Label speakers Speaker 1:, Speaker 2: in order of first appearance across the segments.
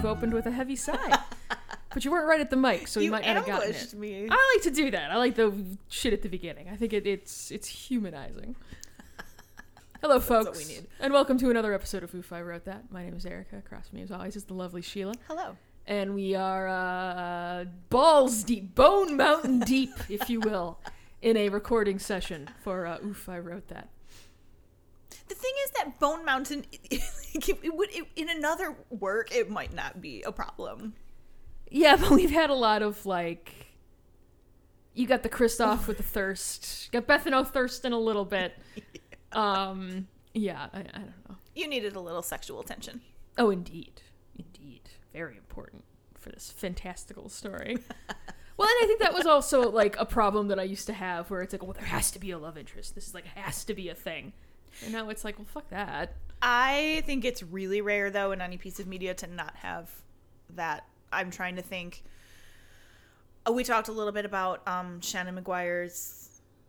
Speaker 1: heavy sigh. but you weren't right at the mic, so you,
Speaker 2: you
Speaker 1: might not have gotten
Speaker 2: ambushed
Speaker 1: it. Ah.
Speaker 2: me.
Speaker 1: I like to do that. I like the shit at the beginning. I think it, it's it's humanizing. Hello, folks,
Speaker 2: what we need.
Speaker 1: and welcome to another episode of Oof! I Wrote That. My name is Erica. Across from me, as always, is the lovely Sheila,
Speaker 2: Hello.
Speaker 1: and we are uh, balls deep, bone mountain deep, if you will, in a recording session for uh, Oof! I Wrote That.
Speaker 2: The thing is that Bone Mountain, it, it would it, in another work, it might not be a problem.
Speaker 1: Yeah, but we've had a lot of like. You got the Kristoff with the thirst. Got Beth and O thirsting a little bit. Um, yeah, I, I don't know.
Speaker 2: You needed a little sexual tension.
Speaker 1: Oh, indeed, indeed, very important for this fantastical story. well, and I think that was also like a problem that I used to have, where it's like, well, there has to be a love interest. This is like has to be a thing. And now it's like, well, fuck that.
Speaker 2: I think it's really rare, though, in any piece of media to not have that. I'm trying to think. Uh, We talked a little bit about um, Shannon McGuire's.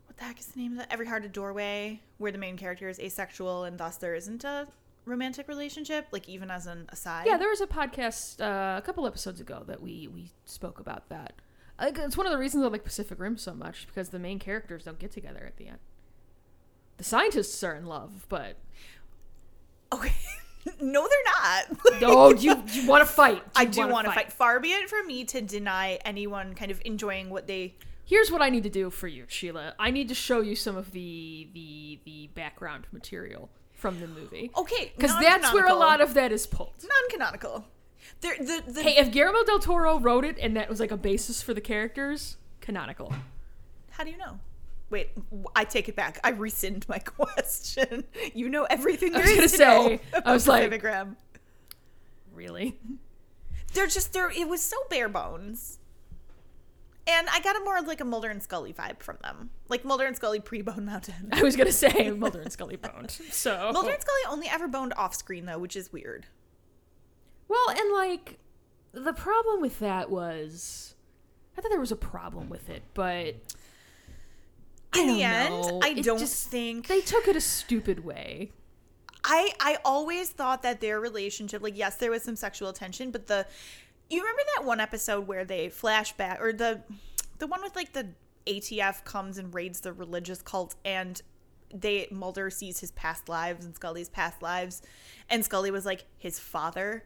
Speaker 2: What the heck is the name of that? Every Heart a Doorway, where the main character is asexual and thus there isn't a romantic relationship, like even as an aside.
Speaker 1: Yeah, there was a podcast uh, a couple episodes ago that we we spoke about that. Like, it's one of the reasons I like Pacific Rim so much because the main characters don't get together at the end. The scientists are in love, but
Speaker 2: Okay. no, they're not.
Speaker 1: oh, do you, you want to fight?
Speaker 2: I
Speaker 1: You
Speaker 2: do
Speaker 1: wanna
Speaker 2: want to fight. Far be it from me to deny anyone kind of enjoying what they.
Speaker 1: Here's what I need to do for you, Sheila. I need to show you some of the the the background material from the movie
Speaker 2: Okay,
Speaker 1: because that's where a lot of that is pulled.
Speaker 2: non-canonical. There, the the
Speaker 1: Hey, if Guillermo del Toro wrote it and that was like a basis for the characters, canonical.
Speaker 2: how do you know? Wait, w- I take it back. I rescind my question. You know everything
Speaker 1: I
Speaker 2: there
Speaker 1: was
Speaker 2: is to
Speaker 1: gonna
Speaker 2: know
Speaker 1: say, I
Speaker 2: about
Speaker 1: was like-
Speaker 2: Pacific Rim.
Speaker 1: Really?
Speaker 2: They're just there. It was so bare bones, and I got a more like a Mulder and Scully vibe from them, like Mulder and Scully pre Bone Mountain.
Speaker 1: I was gonna say Mulder and Scully boned. So
Speaker 2: Mulder and Scully only ever boned off screen though, which is weird.
Speaker 1: Well, and like the problem with that was, I thought there was a problem with it, but I don't
Speaker 2: In the end,
Speaker 1: know.
Speaker 2: I
Speaker 1: It
Speaker 2: don't
Speaker 1: just-
Speaker 2: think
Speaker 1: they took it a stupid way.
Speaker 2: I I always thought that their relationship, like yes, there was some sexual tension, but the you remember that one episode where they flashback or the the one with like the ATF comes and raids the religious cult and they Mulder sees his past lives and Scully's past lives and Scully was like his father.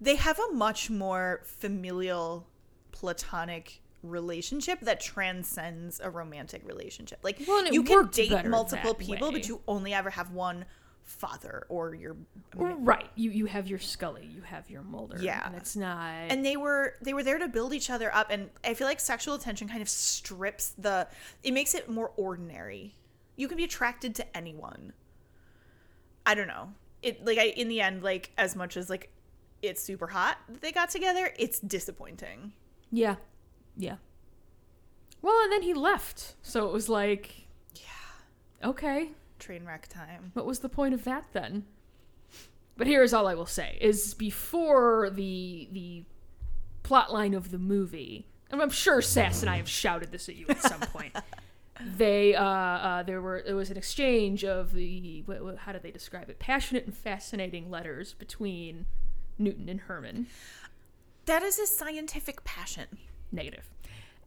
Speaker 2: They have a much more familial platonic relationship that transcends a romantic relationship. Like
Speaker 1: Well, and it
Speaker 2: you can
Speaker 1: worked
Speaker 2: date
Speaker 1: better
Speaker 2: multiple
Speaker 1: that
Speaker 2: people,
Speaker 1: way.
Speaker 2: but you you only ever have one father or your
Speaker 1: Right. You you have your Scully, you have your Mulder.
Speaker 2: Yeah.
Speaker 1: And it's not
Speaker 2: and they were they were there to build each other up and i feel like sexual attention kind of strips the it makes it more ordinary you can be attracted to anyone i don't know it like i in the end like as much as like it's super hot that they got together it's disappointing
Speaker 1: Yeah. Yeah. Well, and then he left. So it was like Yeah. Okay.
Speaker 2: train wreck time
Speaker 1: What was the point of that then? But here is all I will say is before the the plot line of the movie, and I'm sure Sass and I have shouted this at you at some point. they uh, uh, there were there was an exchange of the wh- wh- how did they describe it? Passionate and fascinating letters between Newton and Herman.
Speaker 2: that is a scientific passion
Speaker 1: Negative.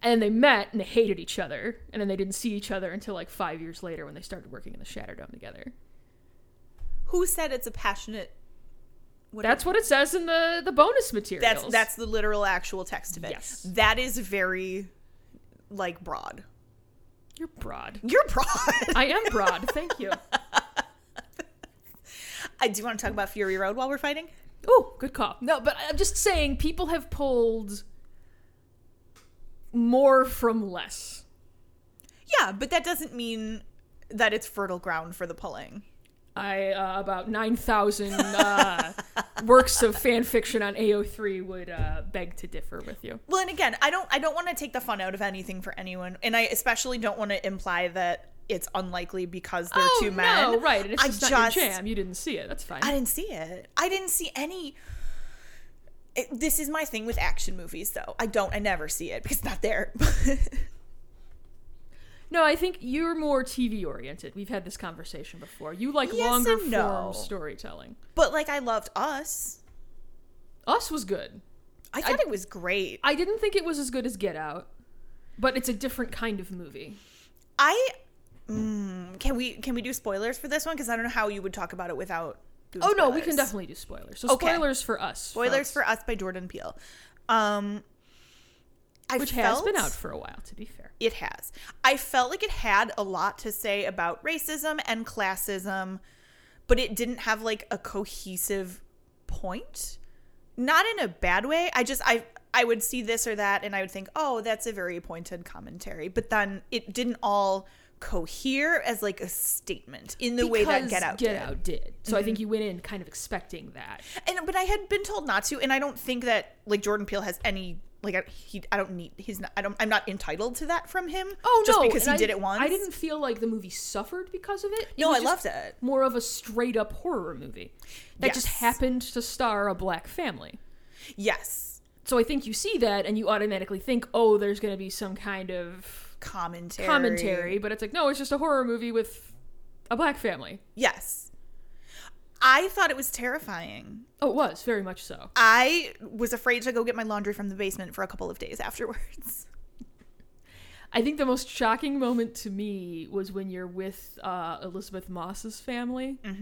Speaker 1: And they met and they hated each other, and then they didn't see each other until like five years later when they started working in the Shatterdome together.
Speaker 2: who said it's a passionate what
Speaker 1: That's what it says in the the bonus materials.
Speaker 2: That's that's the literal actual text of it.
Speaker 1: Yes.
Speaker 2: That is very like broad.
Speaker 1: you're broad.
Speaker 2: You're broad.
Speaker 1: I am broad. Thank you.
Speaker 2: I do want to talk about Fury Road while we're fighting.
Speaker 1: Oh, good call. No, but I'm just saying people have pulled more from less.
Speaker 2: Yeah, but that doesn't mean that it's fertile ground for the pulling.
Speaker 1: I uh, about nine thousand uh, works of fan fiction on AO3 would uh, beg to differ with you.
Speaker 2: Well, and again, I don't I don't want to take the fun out of anything for anyone, and I especially don't want to imply that it's unlikely because they're
Speaker 1: oh
Speaker 2: two men.
Speaker 1: no, right? and It's
Speaker 2: I
Speaker 1: just not your jam. You didn't see it. That's fine.
Speaker 2: I didn't see it. I didn't see any. It, this is my thing with action movies, though. I don't. I never see it because it's not there.
Speaker 1: no, I think you're more TV oriented. We've had this conversation before. You like
Speaker 2: Yes
Speaker 1: longer
Speaker 2: and no.
Speaker 1: form storytelling.
Speaker 2: But like I loved us.
Speaker 1: Us was good.
Speaker 2: I thought it was great.
Speaker 1: I didn't think it was as good as Get Out, but it's a different kind of movie.
Speaker 2: I mm, can we can we do spoilers for this one because I don't know how you would talk about it without. doing
Speaker 1: Oh no, we can
Speaker 2: spoilers.
Speaker 1: definitely do spoilers. So
Speaker 2: Okay.
Speaker 1: spoilers for us.
Speaker 2: spoilers
Speaker 1: folks,
Speaker 2: for us by Jordan Peele. Um, I
Speaker 1: which has
Speaker 2: felt-
Speaker 1: been out for a while, to be fair.
Speaker 2: It has. I felt like it had a lot to say about racism and classism, but it didn't have like a cohesive point. Not in a bad way. I just I I would see this or that and I would think, "Oh, that's a very pointed commentary." But then it didn't all cohere as like a statement in the way that
Speaker 1: Because
Speaker 2: Get Out
Speaker 1: Get
Speaker 2: did.
Speaker 1: Out did. Mm-hmm. So I think you went in kind of expecting that.
Speaker 2: And but I had been told not to, and I don't think that like Jordan Peele has any like I, he I don't need he's not I don't I'm not entitled to that from him. just because he
Speaker 1: Oh, and I-
Speaker 2: did it once.
Speaker 1: I didn't feel like the movie suffered because of it. It
Speaker 2: No,
Speaker 1: was
Speaker 2: I
Speaker 1: just
Speaker 2: loved it.
Speaker 1: More of a straight up horror movie that just
Speaker 2: Yes.
Speaker 1: happened to star a black family.
Speaker 2: Yes,
Speaker 1: So I think you see that and you automatically think, oh, there's going to be some kind of
Speaker 2: commentary.
Speaker 1: commentary, but it's like, no, it's just a horror movie with a black family.
Speaker 2: Yes, I thought it was terrifying.
Speaker 1: Oh, it was very much so.
Speaker 2: I was afraid to go get my laundry from the basement for a couple of days afterwards.
Speaker 1: I think the most shocking moment to me was when you're with uh, Elizabeth Moss's family, mm-hmm.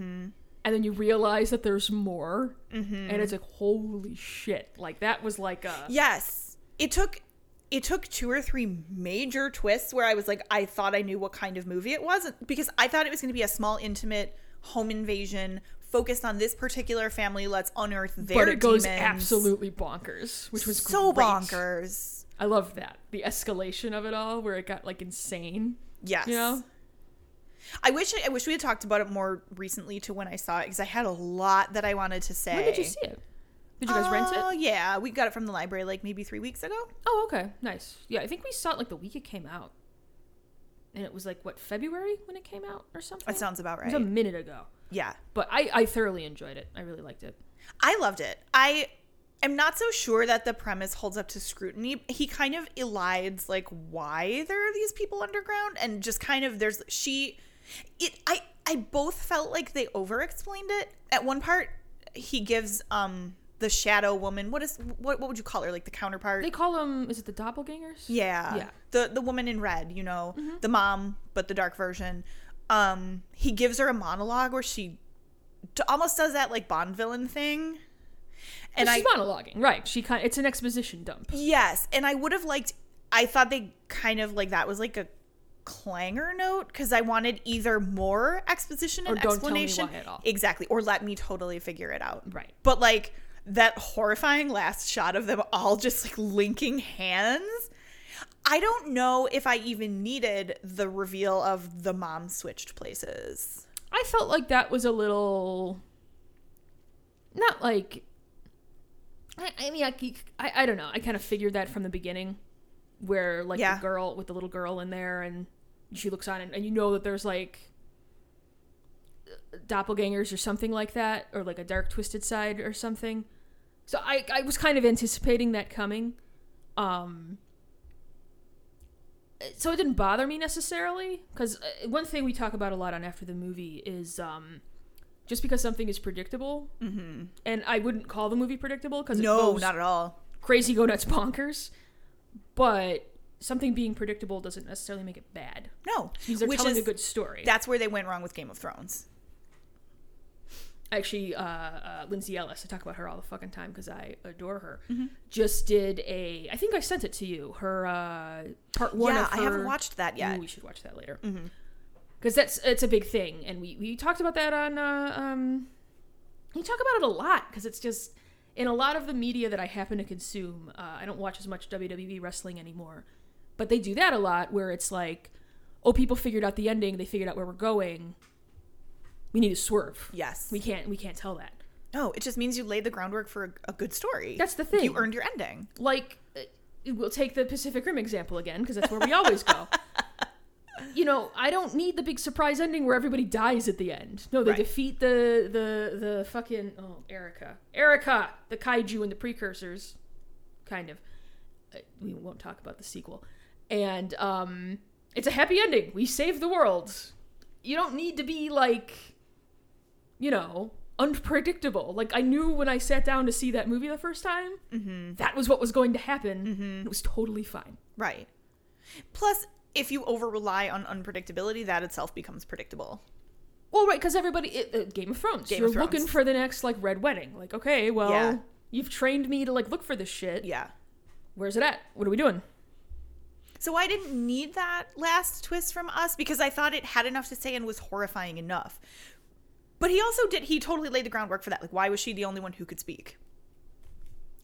Speaker 1: and then you realize that there's more, mm-hmm. and it's like, holy shit! Like that was like a
Speaker 2: Yes, it took it took two or three major twists where I was like, I thought I knew what kind of movie it was because I thought it was going to be a small, intimate home invasion focused on this particular family. Let's unearth their
Speaker 1: but it goes
Speaker 2: demons.
Speaker 1: absolutely bonkers, which was
Speaker 2: so
Speaker 1: great.
Speaker 2: bonkers.
Speaker 1: I love that the escalation of it all, where it got like insane.
Speaker 2: Yes.
Speaker 1: You know,
Speaker 2: I wish I wish we had talked about it more recently to when I saw it because I had a lot that I wanted to say.
Speaker 1: when did you see it? Did you guys rent
Speaker 2: Oh
Speaker 1: it?
Speaker 2: yeah, we got it from the library like maybe three weeks ago.
Speaker 1: Oh, okay, nice. Yeah, I think we saw it like the week it came out, and it was like what February when it came out or something.
Speaker 2: That sounds about
Speaker 1: it was
Speaker 2: right.
Speaker 1: a minute ago.
Speaker 2: yeah,
Speaker 1: but I, I thoroughly enjoyed it. I really liked it.
Speaker 2: I loved it. I am not so sure that the premise holds up to scrutiny. He kind of elides like why there are these people underground and just kind of there's she it I I both felt like they over explained it. At one part he gives um the shadow woman what is what what would you call her like the counterpart
Speaker 1: They call them is it the doppelgangers?
Speaker 2: Yeah.
Speaker 1: Yeah.
Speaker 2: The the woman in red, you know, the mom, but the dark version. Um, he gives her a monologue where she t- almost does that like Bond villain thing. And
Speaker 1: And
Speaker 2: I
Speaker 1: she's monologuing, right? She kind it's an exposition dump.
Speaker 2: yes, and I would have liked. I thought they kind of like that was like a clanger note because I wanted either more exposition and
Speaker 1: Or don't tell me
Speaker 2: explanation
Speaker 1: why at all.
Speaker 2: exactly, or let me totally figure it out.
Speaker 1: Right.
Speaker 2: But like that horrifying last shot of them all just like linking hands. I don't know if I even needed the reveal of the mom switched places.
Speaker 1: I felt like that was a little, not like. I, I mean, I, I I don't know. I kind of figured that from the beginning, where like
Speaker 2: Yeah.
Speaker 1: the girl with the little girl in there, and she looks on, and, and you know that there's like doppelgangers or something like that, or like a dark twisted side or something. So I I was kind of anticipating that coming. Um, so it didn't bother me necessarily because one thing we talk about a lot on after the movie is um, just because something is predictable and i wouldn't call the movie predictable because
Speaker 2: Mm-hmm. No,
Speaker 1: goes
Speaker 2: not at all.
Speaker 1: crazy go nuts bonkers but something being predictable doesn't necessarily make it bad
Speaker 2: No.
Speaker 1: because they're
Speaker 2: Which
Speaker 1: telling
Speaker 2: is
Speaker 1: a good story
Speaker 2: that's where they went wrong with Game of Thrones.
Speaker 1: actually uh, uh, lindsay ellis i talk about her all the fucking time because i adore her
Speaker 2: Mm-hmm.
Speaker 1: just did a i think i sent it to you her uh, part one
Speaker 2: yeah,
Speaker 1: of
Speaker 2: I haven't
Speaker 1: her-
Speaker 2: watched that yet.
Speaker 1: Ooh, we should watch that later. Because that's it's a big thing, and we we talked about that on. Uh, um, we talk about it a lot because it's just in a lot of the media that I happen to consume. Uh, I don't watch as much WWE wrestling anymore, but they do that a lot where it's like, oh, people figured out the ending. They figured out where we're going. We need to swerve.
Speaker 2: Yes.
Speaker 1: We can't. We can't tell that.
Speaker 2: No, it just means you laid the groundwork for a, a good story.
Speaker 1: That's the thing.
Speaker 2: You earned your ending.
Speaker 1: like uh, we'll take the Pacific Rim example again because that's where we always go. You know, I don't need the big surprise ending where everybody dies at the end. No, they
Speaker 2: Right.
Speaker 1: defeat the the the fucking oh Erica, Erica, the kaiju and the precursors, kind of. Uh, We won't talk about the sequel, and um, it's a happy ending. We save the world. You don't need to be like, you know, unpredictable. Like I knew when I sat down to see that movie the first time, that was what was going to happen.
Speaker 2: Mm-hmm.
Speaker 1: and It was totally fine.
Speaker 2: Right. Plus, if you over rely on unpredictability, that itself becomes predictable.
Speaker 1: Well, right, because everybody it, uh, Game of Thrones.
Speaker 2: Game
Speaker 1: You're
Speaker 2: of Thrones.
Speaker 1: looking for the next like red wedding. Like, okay, well,
Speaker 2: Yeah.
Speaker 1: you've trained me to like look for this shit.
Speaker 2: Yeah.
Speaker 1: Where's it at? What are we doing?
Speaker 2: So I didn't need that last twist from us because I thought it had enough to say and was horrifying enough. But he also did, he totally laid the groundwork for that. Like, why was she the only one who could speak?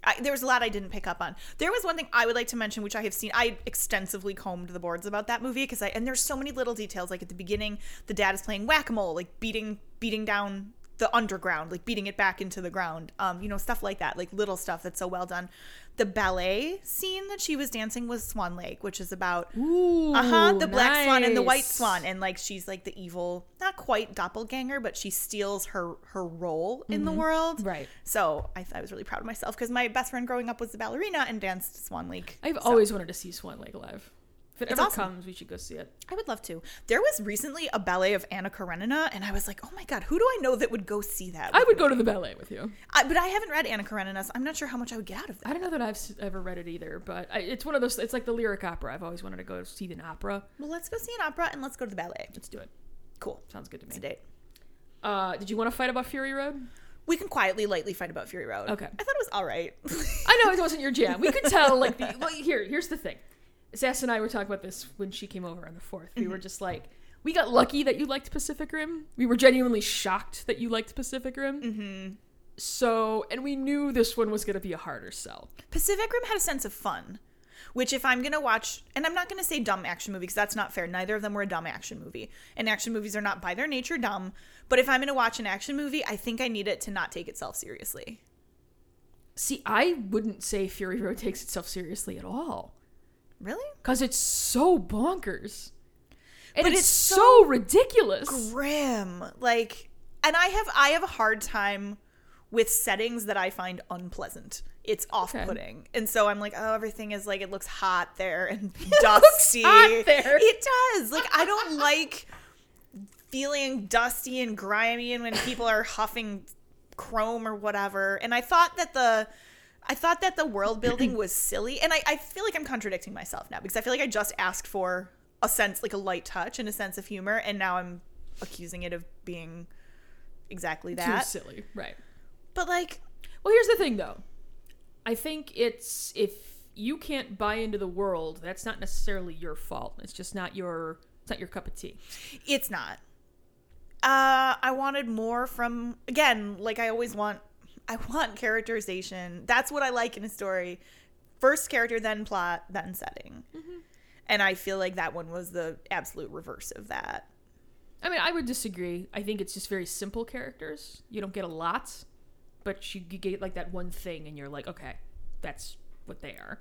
Speaker 2: I, there was a lot I didn't pick up on. There was one thing I would like to mention, which I have seen. I extensively combed the boards about that movie because I and there's so many little details. Like at the beginning, the dad is playing whack a mole, like beating beating down the underground, like beating it back into the ground. Um, you know, stuff like that, like little stuff that's so well done. The ballet scene that she was dancing was Swan Lake, which is about
Speaker 1: Ooh,
Speaker 2: uh huh. The black swan and the white
Speaker 1: nice.
Speaker 2: swan, and like she's like the evil, not quite doppelganger, but she steals her her role in the world.
Speaker 1: Mm-hmm. Right.
Speaker 2: So I, I was really proud of myself because my best friend growing up was a ballerina and danced Swan Lake.
Speaker 1: I've always wanted to see Swan Lake live. If it
Speaker 2: It's
Speaker 1: ever
Speaker 2: awesome.
Speaker 1: comes, we should go see it.
Speaker 2: I would love to. There was recently a ballet of Anna Karenina, and I was like, oh my god, who do I know that would go see that?
Speaker 1: I would go to the ballet with you.
Speaker 2: I, but I haven't read Anna Karenina, so I'm not sure how much I would get out of that.
Speaker 1: I don't know that I've s- ever read it either, but I, it's one of those. It's like the lyric opera. I've always wanted to go see an opera.
Speaker 2: Well, let's go see an opera and let's go to the ballet.
Speaker 1: Let's do it.
Speaker 2: Cool.
Speaker 1: Sounds good to
Speaker 2: It's
Speaker 1: me.
Speaker 2: a date.
Speaker 1: Uh, did you want to fight about Fury Road?
Speaker 2: We can quietly, lightly fight about Fury Road.
Speaker 1: Okay.
Speaker 2: I thought it was all right.
Speaker 1: I know it wasn't your jam. We could tell, like, the, well, here, here's the thing. Sass and I were talking about this when she came over on the 4th. We were just like, we got lucky that you liked Pacific Rim. We were genuinely shocked that you liked Pacific Rim. Mm-hmm. So, and we knew this one was going to be a harder sell.
Speaker 2: Pacific Rim had a sense of fun, which if I'm gonna watch, and I'm not gonna say dumb action movie because that's not fair. Neither of them were a dumb action movie, and action movies are not by their nature dumb. But if I'm gonna watch an action movie, I think I need it to not take itself seriously.
Speaker 1: See, I wouldn't say Fury Road takes itself seriously at all
Speaker 2: Really
Speaker 1: because it's so bonkers. And
Speaker 2: But
Speaker 1: it's,
Speaker 2: it's
Speaker 1: so, ridiculous.
Speaker 2: grim, like, and I have I have a hard time with settings that I find unpleasant. It's off-putting, and so I'm like, oh, everything is like it looks hot there and dusty.
Speaker 1: hot there.
Speaker 2: It does. Like I don't like feeling dusty and grimy and when people are huffing chrome or whatever. And I thought that the I thought that the world building was silly. And I, I feel like I'm contradicting myself now because I feel like I just asked for a sense like a light touch and a sense of humor and now I'm accusing it of being exactly
Speaker 1: Too
Speaker 2: that.
Speaker 1: silly. Right.
Speaker 2: But like
Speaker 1: Well, here's the thing, though. I think it's if you can't buy into the world, that's not necessarily your fault. It's just not your it's not your cup of tea.
Speaker 2: It's not. Uh, I wanted more from again, like I always want. I want characterization. That's what I like in a story. First character, then plot, then setting. And I feel like that one was the absolute reverse of that.
Speaker 1: I mean, I would disagree. I think it's just very simple characters. You don't get a lot, but you, you get like that one thing, and you're like, okay, that's what they are.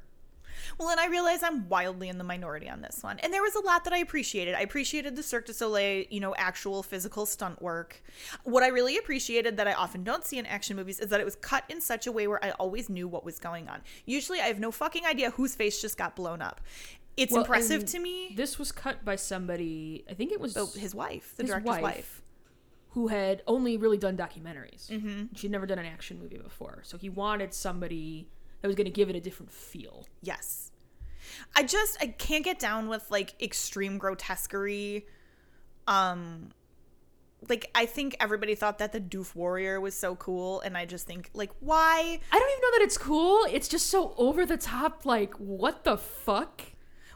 Speaker 2: Well, and I realize I'm wildly in the minority on this one. And there was a lot that I appreciated. I appreciated the Cirque du Soleil, you know, actual physical stunt work. What I really appreciated that I often don't see in action movies is that it was cut in such a way where I always knew what was going on. Usually I have no fucking idea whose face just got blown up. It's
Speaker 1: Well,
Speaker 2: impressive
Speaker 1: and
Speaker 2: to me.
Speaker 1: This was cut by somebody. I think it was
Speaker 2: Oh, his wife, the
Speaker 1: his
Speaker 2: director's wife.
Speaker 1: wife. who had only really done documentaries. Mm-hmm. She'd never done an action movie before, so he wanted somebody that was going to give it a different feel.
Speaker 2: Yes. I just I can't get down with like extreme grotesquerie. Um like I think everybody thought that the Doof Warrior was so cool and I just think like why?
Speaker 1: I don't even know that it's cool. It's just so over the top. Like, what the fuck?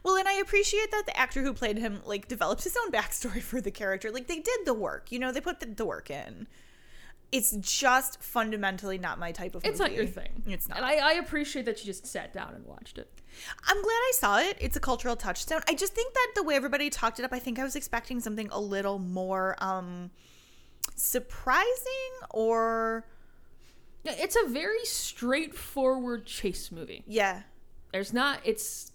Speaker 2: Well, and I appreciate that the actor who played him like developed his own backstory for the character. Like they did the work, you know, they put the, the work in. It's just fundamentally not my type of
Speaker 1: It's not your
Speaker 2: movie.
Speaker 1: thing.
Speaker 2: It's not.
Speaker 1: And I, I appreciate that you just sat down and watched it.
Speaker 2: I'm glad I saw it. It's a cultural touchstone. I just think that the way everybody talked it up, I think I was expecting something a little more um surprising or
Speaker 1: Yeah, It's a very straightforward chase movie.
Speaker 2: yeah.
Speaker 1: There's not. It's.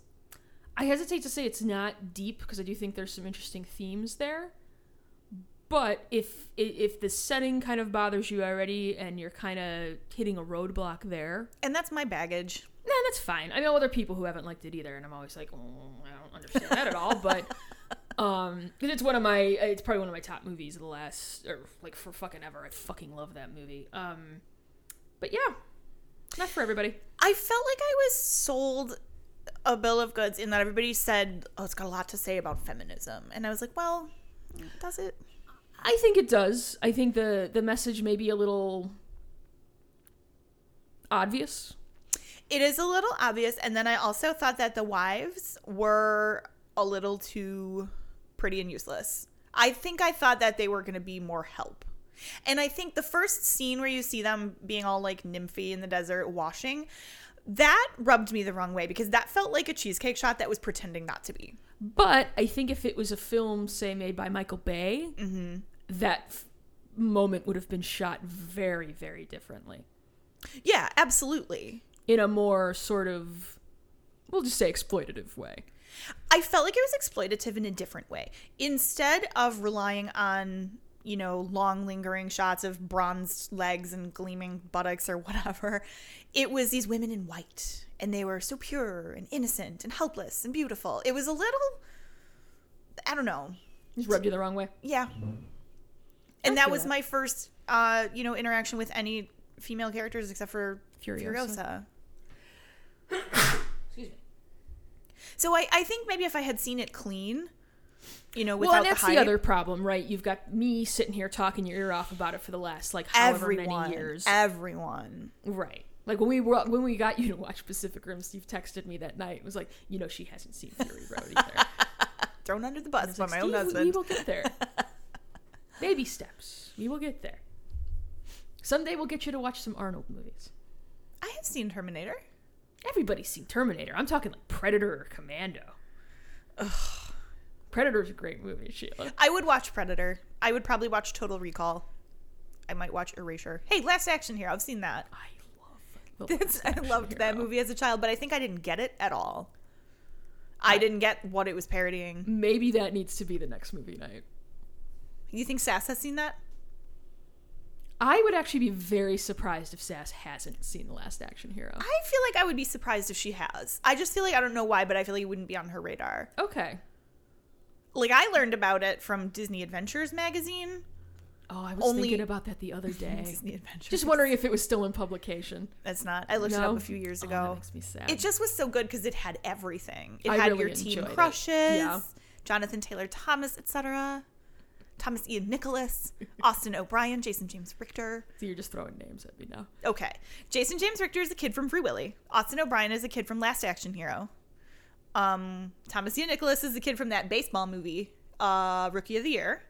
Speaker 1: I hesitate to say it's not deep because I do think there's some interesting themes there. But if i- if the setting kind of bothers you already and you're kind of hitting a roadblock there,
Speaker 2: And that's my baggage.
Speaker 1: Nah, that's fine. I know other people who haven't liked it either, and I'm always like, oh, I don't understand that at all. But um, Um, 'cause it's one of my, it's probably one of my top movies of the last, or like for fucking ever. I fucking love that movie. Um, but yeah, not for everybody.
Speaker 2: I felt like I was sold a bill of goods in that everybody said, "Oh, it's got a lot to say about feminism," and I was like, "Well, does it?"
Speaker 1: I think it does. I think the the message may be a little obvious.
Speaker 2: It is a little obvious. And then I also thought that the wives were a little too pretty and useless. I think I thought that they were going to be more help. And I think the first scene where you see them being all like nymphy in the desert washing, that rubbed me the wrong way because that felt like a cheesecake shot that was pretending not to be.
Speaker 1: But I think if it was a film, say, made by Michael Bay, that f- moment would have been shot very, very differently.
Speaker 2: Yeah, absolutely.
Speaker 1: In a more sort of, we'll just say exploitative way.
Speaker 2: I felt like it was exploitative in a different way. Instead of relying on, you know, long lingering shots of bronzed legs and gleaming buttocks or whatever, it was these women in white and they were so pure and innocent and helpless and beautiful. It was a little I don't know.
Speaker 1: Just rubbed you the wrong way.
Speaker 2: Yeah. And that
Speaker 1: feel
Speaker 2: was
Speaker 1: that.
Speaker 2: my first uh, you know, interaction with any female characters except for
Speaker 1: Furiosa.
Speaker 2: Furiosa.
Speaker 1: Excuse me.
Speaker 2: So I, I think maybe if I had seen it clean, you know, without
Speaker 1: Well, and that's
Speaker 2: the
Speaker 1: the,
Speaker 2: hype,
Speaker 1: other problem, right? You've got me sitting here talking your ear off about it for the last like however
Speaker 2: everyone,
Speaker 1: many years,
Speaker 2: everyone.
Speaker 1: right? Like when we wa- when we got you to watch Pacific Rim, Steve texted me that night. It was like, you know, she hasn't seen Fury Road either.
Speaker 2: thrown under the bus
Speaker 1: It's
Speaker 2: by
Speaker 1: like,
Speaker 2: my own
Speaker 1: "Steve, we-
Speaker 2: husband.
Speaker 1: We will get there. Baby steps. We will get there. Someday we'll get you to watch some Arnold movies.
Speaker 2: I have seen Terminator.
Speaker 1: Everybody's seen Terminator. I'm talking like Predator or Commando. Ugh. Predator's a great movie, Sheila.
Speaker 2: I would watch Predator. I would probably watch Total Recall. I might watch Erasure. Hey, Last Action Hero. I've seen that.
Speaker 1: I love the
Speaker 2: It's-
Speaker 1: Last
Speaker 2: I
Speaker 1: Action
Speaker 2: loved that
Speaker 1: Hero.
Speaker 2: movie as a child, but I think I didn't get it at all. I didn't get what it was parodying.
Speaker 1: Maybe that needs to be the next movie night.
Speaker 2: You think Sass has seen that?
Speaker 1: I would actually be very surprised if Sass hasn't seen The Last Action Hero.
Speaker 2: I feel like I would be surprised if she has. I just feel like I don't know why, but I feel like it wouldn't be on her radar.
Speaker 1: Okay.
Speaker 2: Like I learned about it from Disney Adventures magazine.
Speaker 1: Oh, I was
Speaker 2: Only-
Speaker 1: thinking about that the other day.
Speaker 2: Disney Adventures.
Speaker 1: Just wondering if it was still in publication.
Speaker 2: It's not. I looked it
Speaker 1: No?
Speaker 2: up a few years
Speaker 1: Oh,
Speaker 2: ago.
Speaker 1: that makes me sad.
Speaker 2: It just was so good because it had everything. It
Speaker 1: I
Speaker 2: had
Speaker 1: really
Speaker 2: your teen
Speaker 1: enjoyed it.
Speaker 2: crushes,
Speaker 1: Yeah.
Speaker 2: Jonathan Taylor Thomas, etc. Thomas Ian Nicholas, Austin O'Brien, Jason James Richter.
Speaker 1: So you're just throwing names at me now.
Speaker 2: Okay, Jason James Richter is a kid from Free Willy. Austin O'Brien is a kid from Last Action Hero. Um, Thomas Ian Nicholas is a kid from that baseball movie, uh, Rookie of the Year,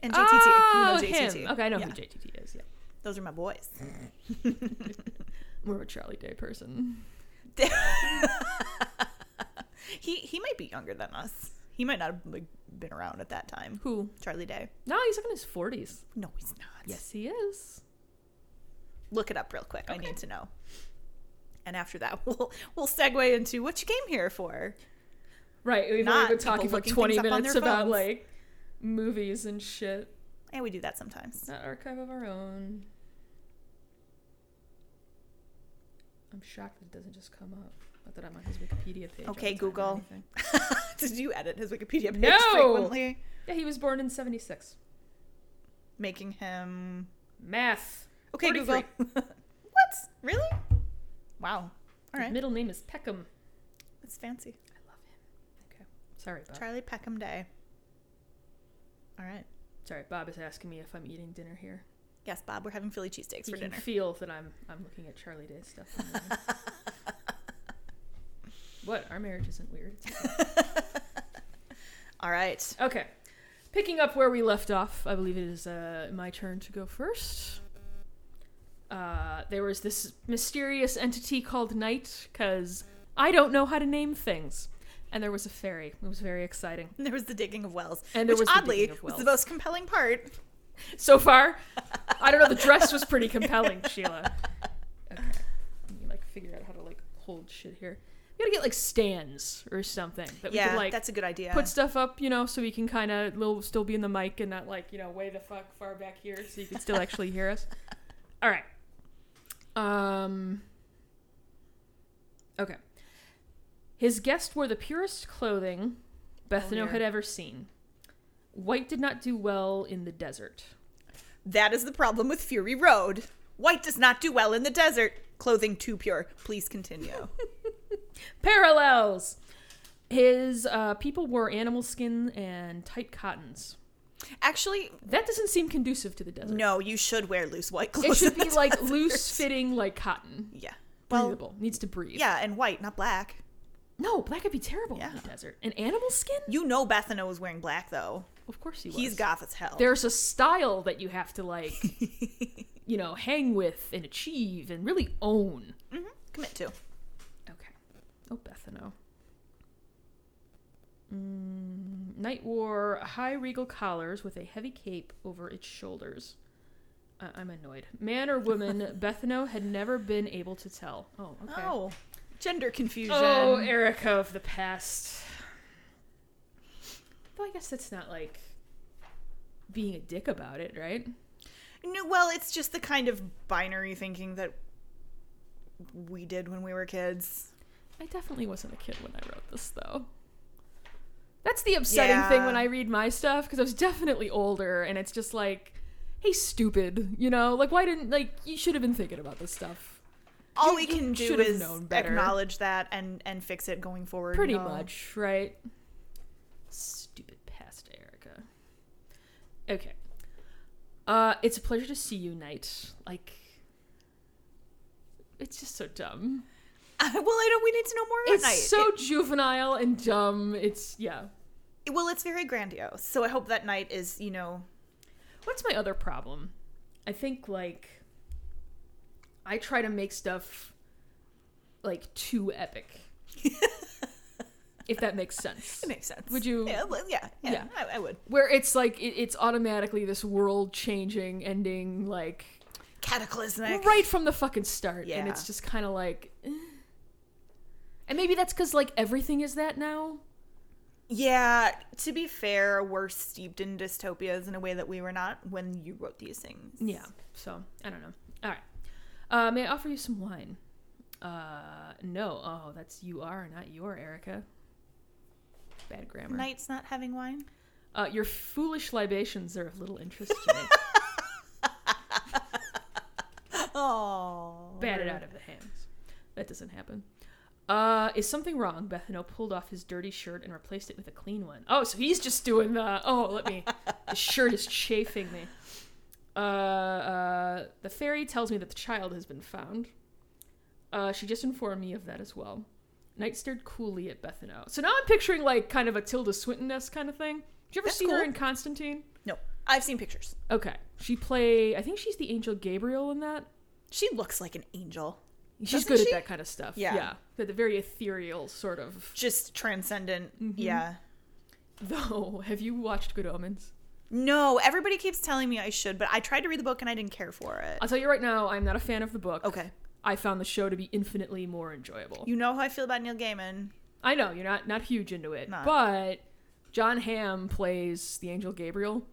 Speaker 2: and JTT.
Speaker 1: Oh,
Speaker 2: you know JTT.
Speaker 1: him. Okay, I know
Speaker 2: Yeah,
Speaker 1: who JTT is. Yeah,
Speaker 2: those are my boys.
Speaker 1: more of a Charlie Day person.
Speaker 2: He he might be younger than us. He might not have like, been around at that time.
Speaker 1: Who?
Speaker 2: Charlie Day.
Speaker 1: No, he's up in his forties.
Speaker 2: No, he's not.
Speaker 1: Yes, he is.
Speaker 2: Look it up real quick. I
Speaker 1: Okay.
Speaker 2: need to know. And after that, we'll we'll segue into what you came here for.
Speaker 1: Right. We've
Speaker 2: Not
Speaker 1: only been
Speaker 2: people
Speaker 1: talking for
Speaker 2: looking
Speaker 1: twenty
Speaker 2: things up on
Speaker 1: minutes
Speaker 2: their
Speaker 1: about
Speaker 2: phones.
Speaker 1: like movies and shit.
Speaker 2: And we do that sometimes.
Speaker 1: Not archive of our own. I'm shocked that it doesn't just come up. Not that I'm on his Wikipedia page. all
Speaker 2: Okay,
Speaker 1: the time or
Speaker 2: Google.
Speaker 1: anything.
Speaker 2: Did you edit his Wikipedia page
Speaker 1: No!
Speaker 2: frequently,
Speaker 1: Yeah, he was born in '76.
Speaker 2: making him
Speaker 1: Math.
Speaker 2: okay?
Speaker 1: 43.
Speaker 2: Google. what? Really? Wow. All
Speaker 1: His
Speaker 2: right,
Speaker 1: middle name is Peckham.
Speaker 2: that's fancy.
Speaker 1: I love him. Okay. Sorry, Bob.
Speaker 2: Charlie Peckham Day. All right.
Speaker 1: Sorry, Bob is asking me if I'm eating dinner here.
Speaker 2: Yes, Bob, we're having Philly cheesesteaks
Speaker 1: you
Speaker 2: for
Speaker 1: can
Speaker 2: dinner.
Speaker 1: feel that I'm I'm looking at Charlie Day stuff. on there. what? Our marriage isn't weird.
Speaker 2: All right.
Speaker 1: Okay. Picking up where we left off, I believe it is uh, my turn to go first. Uh, there was this mysterious entity called Night, because I don't know how to name things. And there was a fairy. It was very exciting.
Speaker 2: And there was the digging of wells,
Speaker 1: And there
Speaker 2: which
Speaker 1: was the
Speaker 2: oddly
Speaker 1: digging of
Speaker 2: was the
Speaker 1: wells.
Speaker 2: most compelling part.
Speaker 1: So far, I don't know. The dress was pretty compelling, Sheila. Okay. Let me, like, figure out how to, like, hold shit here. We gotta get, like, stands or something that we
Speaker 2: yeah,
Speaker 1: could, like,
Speaker 2: that's a good idea.
Speaker 1: put stuff up, you know, so we can kind of we'll still be in the mic and not like you know way the fuck far back here, so you can still actually hear us. All right. Um. Okay. His guests wore the purest clothing Bethano
Speaker 2: dear.
Speaker 1: had ever seen. White did not do well in the desert.
Speaker 2: That is the problem with Fury Road. White does not do well in the desert. Clothing too pure. Please continue.
Speaker 1: Parallels. His uh, people wore animal skin and tight cottons.
Speaker 2: Actually,
Speaker 1: That doesn't seem conducive to the desert.
Speaker 2: no, you should wear loose white clothes.
Speaker 1: It should
Speaker 2: in the
Speaker 1: be like
Speaker 2: desert.
Speaker 1: loose fitting, like cotton.
Speaker 2: Yeah. Well,
Speaker 1: Breathable. Needs to breathe.
Speaker 2: yeah, and white, not black.
Speaker 1: No, that could be terrible in
Speaker 2: Yeah.
Speaker 1: the desert. And animal skin?
Speaker 2: You know Bethano was wearing black though.
Speaker 1: Of course he was.
Speaker 2: He's goth as hell.
Speaker 1: There's a style that you have to like, you know, hang with and achieve and really own.
Speaker 2: Commit to.
Speaker 1: Okay. Oh, Bethano. Mm, Knight wore high regal collars with a heavy cape over its shoulders. I- I'm annoyed. Man or woman, Bethano had never been able to tell. Oh, okay.
Speaker 2: Oh, gender confusion.
Speaker 1: Oh, Erica of the past. Though I guess that's not like being a dick about it, right?
Speaker 2: No, well, it's just the kind of binary thinking that we did when we were kids.
Speaker 1: I definitely wasn't a kid when I wrote this, though. That's the upsetting thing
Speaker 2: Yeah.
Speaker 1: when I read my stuff because I was definitely older, and it's just like, hey, stupid, you know, like why didn't like you should have been thinking about this stuff.
Speaker 2: All
Speaker 1: You-
Speaker 2: we
Speaker 1: you
Speaker 2: can do
Speaker 1: should have
Speaker 2: is
Speaker 1: known better.
Speaker 2: acknowledge that and and fix it going forward.
Speaker 1: Pretty
Speaker 2: you know?
Speaker 1: much, right? Stupid past Erica. Okay. Uh, it's a pleasure to see you, Knight. Like, it's just so dumb.
Speaker 2: well, I don't. We need to know more about
Speaker 1: It's
Speaker 2: Knight.
Speaker 1: so juvenile and dumb. It's yeah.
Speaker 2: It- well, it's very grandiose. So I hope that Knight is, you know,
Speaker 1: What's my other problem? I think like I try to make stuff like too epic. if that makes sense.
Speaker 2: it makes sense.
Speaker 1: Would you-
Speaker 2: Yeah, well, yeah, yeah,
Speaker 1: Yeah.
Speaker 2: I, I would.
Speaker 1: Where it's like it, it's automatically this world changing ending like
Speaker 2: Cataclysmic.
Speaker 1: right from the fucking start and
Speaker 2: Yeah.
Speaker 1: it's just kind of like eh. And maybe that's cuz like everything is that now.
Speaker 2: Yeah. To be fair, we're steeped in dystopias in a way that we were not when you wrote these things.
Speaker 1: Yeah. So I don't know. All right. Uh, may I offer you some wine? Uh, no. Oh, that's you are not your Erica. Bad grammar.
Speaker 2: Knight's not having wine.
Speaker 1: Uh, your foolish libations are of little interest to me.
Speaker 2: Oh.
Speaker 1: Batted out of the hands. That doesn't happen. Uh, is something wrong? Bethano pulled off his dirty shirt and replaced it with a clean one. Oh, so he's just doing the. Oh, let me. the shirt is chafing me. Uh, uh, the fairy tells me that the child has been found. Uh, she just informed me of that as well. Knight stared coolly at Bethano. So now I'm picturing like kind of a Tilda Swinton esque kind of thing. Did you ever
Speaker 2: That's
Speaker 1: see her
Speaker 2: cool.
Speaker 1: in Constantine?
Speaker 2: No, I've seen pictures.
Speaker 1: Okay, she play. I think she's the angel Gabriel in that.
Speaker 2: She looks like an angel.
Speaker 1: She's
Speaker 2: Doesn't
Speaker 1: good
Speaker 2: she?
Speaker 1: at that kind of stuff.
Speaker 2: Yeah.
Speaker 1: yeah, the, the very ethereal sort of.
Speaker 2: Just transcendent. Yeah.
Speaker 1: Though, have you watched Good Omens?
Speaker 2: No, everybody keeps telling me I should, but I tried to read the book and I didn't care for it.
Speaker 1: I'll tell you right now, I'm not a fan of the book.
Speaker 2: Okay.
Speaker 1: I found the show to be infinitely more enjoyable.
Speaker 2: You know how I feel about Neil Gaiman.
Speaker 1: I know you're not not huge into it,
Speaker 2: Not.
Speaker 1: but John Hamm plays the angel Gabriel,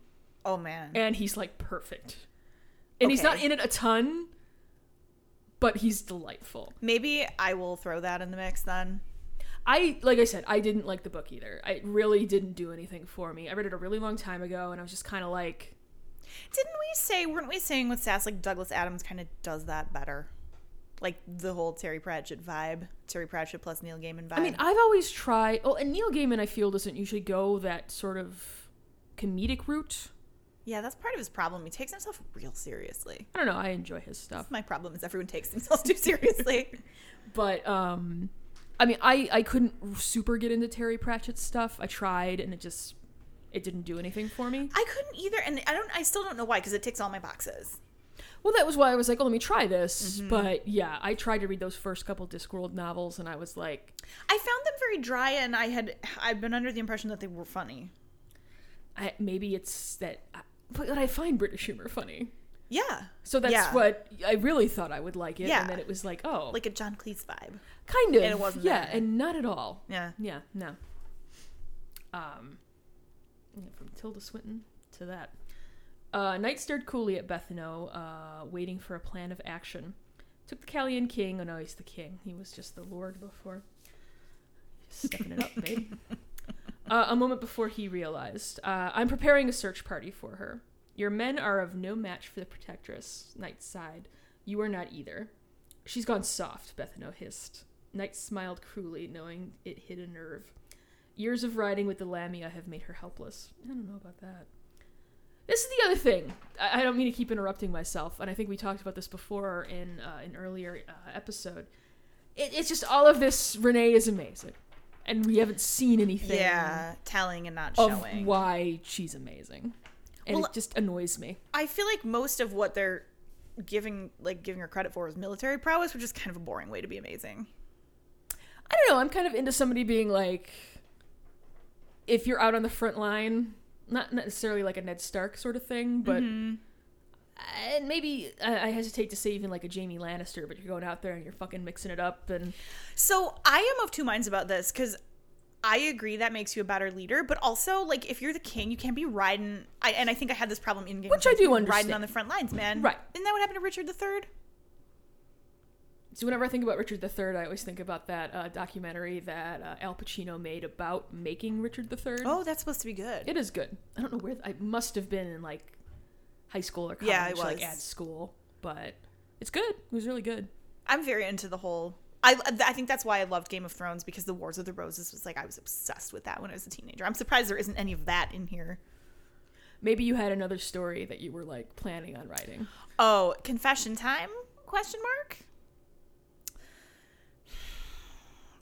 Speaker 2: Oh man.
Speaker 1: and he's like perfect. And he's not
Speaker 2: Okay.
Speaker 1: in it a ton, but he's delightful.
Speaker 2: Maybe I will throw that in the mix then.
Speaker 1: I like I said, I didn't like the book either. It really didn't do anything for me. I read it a really long time ago, and I was just kind of like,
Speaker 2: Didn't we say weren't we saying with Sass like Douglas Adams kind of does that better? Like the whole Terry Pratchett vibe, Terry Pratchett plus Neil Gaiman vibe.
Speaker 1: I mean, I've always tried. Oh, and Neil Gaiman, I feel, doesn't usually go that sort of comedic route.
Speaker 2: yeah, that's part of his problem. He takes himself real seriously.
Speaker 1: I don't know. I enjoy his stuff,
Speaker 2: My problem is everyone takes themselves too seriously.
Speaker 1: but um, I mean, I I couldn't super get into Terry Pratchett's stuff. I tried, and it just it didn't do anything for me.
Speaker 2: I couldn't either, and I don't. I still don't know why because it ticks all my boxes.
Speaker 1: Well, that was why I was like, oh, let me try this.
Speaker 2: Mm-hmm.
Speaker 1: But yeah, I tried to read those first couple Discworld novels, and I was like,
Speaker 2: I found them very dry, and I had I've been under the impression that they were funny.
Speaker 1: I, maybe it's that. I, but I find British humor funny.
Speaker 2: Yeah,
Speaker 1: So that's
Speaker 2: Yeah.
Speaker 1: what I really thought I would like it,
Speaker 2: Yeah.
Speaker 1: and then it was like, oh,
Speaker 2: like a John Cleese vibe.
Speaker 1: kind of,
Speaker 2: and it wasn't
Speaker 1: yeah,
Speaker 2: there.
Speaker 1: and not at all.
Speaker 2: Yeah,
Speaker 1: Yeah, no. Um, yeah, from Tilda Swinton to that. Uh, Knight stared coolly at Bethano, uh, waiting for a plan of action. Took the Callian King. Oh no, he's the king. He was just the lord before. Stepping it up, babe. uh, a moment before he realized. Uh, I'm preparing a search party for her. Your men are of no match for the Protectress, Knight sighed. You are not either. She's gone soft, Bethano hissed. Knight smiled cruelly, knowing it hit a nerve. Years of riding with the Lamia have made her helpless. I don't know about that. This is the other thing. I, I don't mean to keep interrupting myself, and I think we talked about this before in uh, an earlier uh, episode. It, it's just all of this. Renee is amazing, and we haven't seen anything
Speaker 2: Yeah, telling and not
Speaker 1: of
Speaker 2: showing.
Speaker 1: why she's amazing, and
Speaker 2: Well,
Speaker 1: it just annoys me.
Speaker 2: I feel like most of what they're giving like giving her credit for is military prowess, which is kind of a boring way to be amazing.
Speaker 1: I don't know. I'm kind of into somebody being like, if you're out on the front line, not necessarily like a Ned Stark sort of thing, but
Speaker 2: Mm-hmm.
Speaker 1: and maybe I I hesitate to say even like a Jamie Lannister, but you're going out there and you're fucking mixing it up, and
Speaker 2: So I am of two minds about this because I agree that makes you a better leader, but also like if you're the king, you can't be riding. I, and I think I had this problem in Game
Speaker 1: Which I
Speaker 2: of Thrones,
Speaker 1: do
Speaker 2: people riding
Speaker 1: understand.
Speaker 2: on the front lines, man.
Speaker 1: Right.
Speaker 2: Isn't that what happened to Richard III?
Speaker 1: so whenever I think about Richard III, I always think about that uh, documentary that uh, Al Pacino made about making Richard III.
Speaker 2: Oh, that's supposed to be good.
Speaker 1: It is good. I don't know where I must have been in like high school or college,
Speaker 2: Yeah, it
Speaker 1: like
Speaker 2: was.
Speaker 1: at school, but it's good. It was really good.
Speaker 2: I'm very into the whole. I, I think that's why I loved Game of Thrones because the Wars of the Roses was like I was obsessed with that when I was a teenager. I'm surprised there isn't any of that in here.
Speaker 1: Maybe you had another story that you were like planning on writing.
Speaker 2: Oh, confession time? Question mark.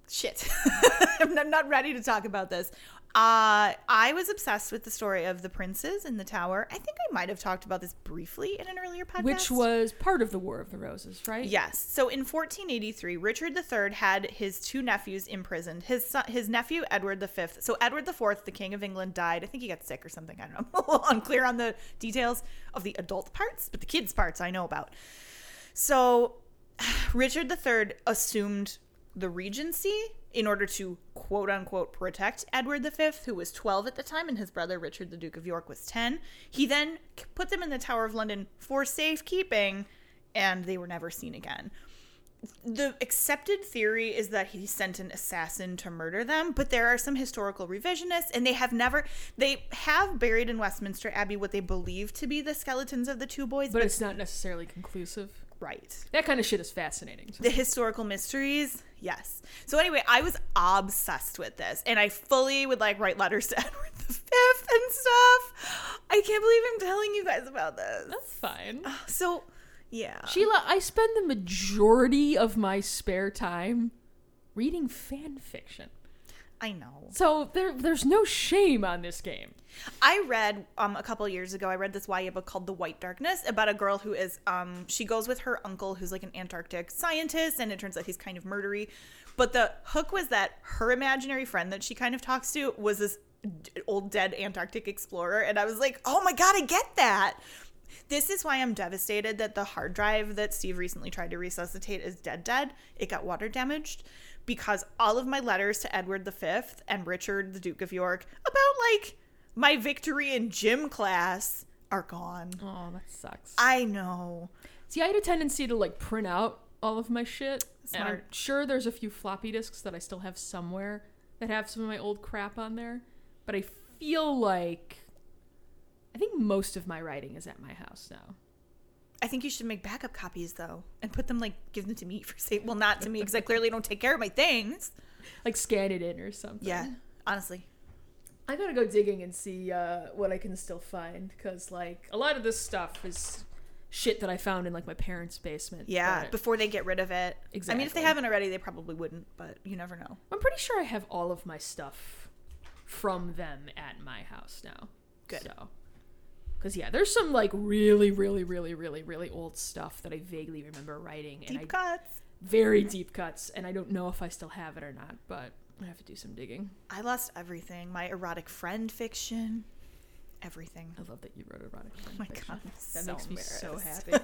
Speaker 2: Shit, I'm I'm not ready to talk about this. Uh, I was obsessed with the story of the princes in the tower. I think I might have talked about this briefly in an earlier podcast.
Speaker 1: Which was part of the War of the Roses, right?
Speaker 2: Yes. So in 1483, Richard III had his two nephews imprisoned. His son, his nephew Edward V. So Edward IV, the King of England, died. I think he got sick or something. I don't know. I'm a little unclear on the details of the adult parts, but the kids parts I know about. So Richard III assumed the regency in order to quote unquote protect Edward V, who was 12 at the time, and his brother Richard, the Duke of York, was 10. He then k- put them in the Tower of London for safekeeping, and they were never seen again. The accepted theory is that he sent an assassin to murder them, but there are some historical revisionists, and they have never, they have buried in Westminster Abbey what they believe to be the skeletons of the two boys,
Speaker 1: But it's not necessarily conclusive.
Speaker 2: right.
Speaker 1: That kind of shit is fascinating. to me.
Speaker 2: The historical mysteries, yes. So anyway, I was obsessed with this, and I fully would like write letters to Edward the Fifth and stuff. I can't believe I'm telling you guys about this.
Speaker 1: That's Uh-huh. fine.
Speaker 2: So, yeah,
Speaker 1: Sheila, I spend the majority of my spare time reading fan fiction.
Speaker 2: I know.
Speaker 1: So there there's no shame on this game.
Speaker 2: I read um a couple years ago. I read this YA book called The White Darkness about a girl who is um she goes with her uncle who's like an Antarctic scientist, and it turns out he's kind of murdery. But the hook was that her imaginary friend that she kind of talks to was this d- old dead Antarctic explorer, and I was like, oh my god, I get that. This is why I'm devastated that the hard drive that Steve recently tried to resuscitate is dead, dead. It got water damaged because all of my letters to Edward V and Richard, the Duke of York, about like my victory in gym class are gone.
Speaker 1: Oh, that sucks.
Speaker 2: I know.
Speaker 1: See, I had a tendency to like print out all of my shit. And I'm
Speaker 2: Smart.
Speaker 1: sure there's a few floppy disks that I still have somewhere that have some of my old crap on there. But I feel like I think most of my writing is at my house now.
Speaker 2: I think you should make backup copies though and put them like give them to me for safe. Well, not to me because I clearly don't take care of my things.
Speaker 1: Like scan it in or something.
Speaker 2: Yeah, honestly.
Speaker 1: I gotta go digging and see uh, what I can still find because like a lot of this stuff is shit that I found in like my parents' basement.
Speaker 2: Yeah,
Speaker 1: but
Speaker 2: before they get rid of it. I mean, if
Speaker 1: Exactly.
Speaker 2: they haven't already, they probably wouldn't, but you never know.
Speaker 1: I'm pretty sure I have all of my stuff from them at my house now.
Speaker 2: Good.
Speaker 1: So, because yeah, there's some like really, really, really, really, really old stuff that I vaguely remember writing, and I
Speaker 2: Deep cuts.
Speaker 1: very deep cuts, and I don't know if I still have it or not, but I have to do some digging.
Speaker 2: I lost everything. My erotic friend fiction, everything.
Speaker 1: I love that you wrote erotic. Oh
Speaker 2: my God, I'm
Speaker 1: that
Speaker 2: so
Speaker 1: makes me so
Speaker 2: embarrassed.
Speaker 1: happy.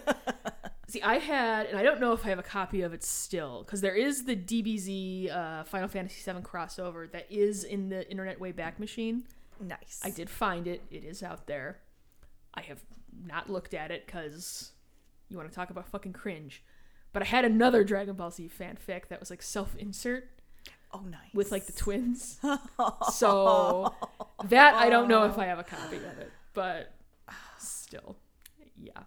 Speaker 1: See, I had, and I don't know if I have a copy of it still, because there is the DBZ uh, Final Fantasy VII crossover that is in the Internet Wayback Machine.
Speaker 2: Nice.
Speaker 1: I did find it. It is out there. I have not looked at it because you want to talk about fucking cringe. But I had another Dragon Ball Z fanfic that was like self insert.
Speaker 2: Oh, nice.
Speaker 1: with like the twins. so that I don't know if I have a copy of it, but still, yeah.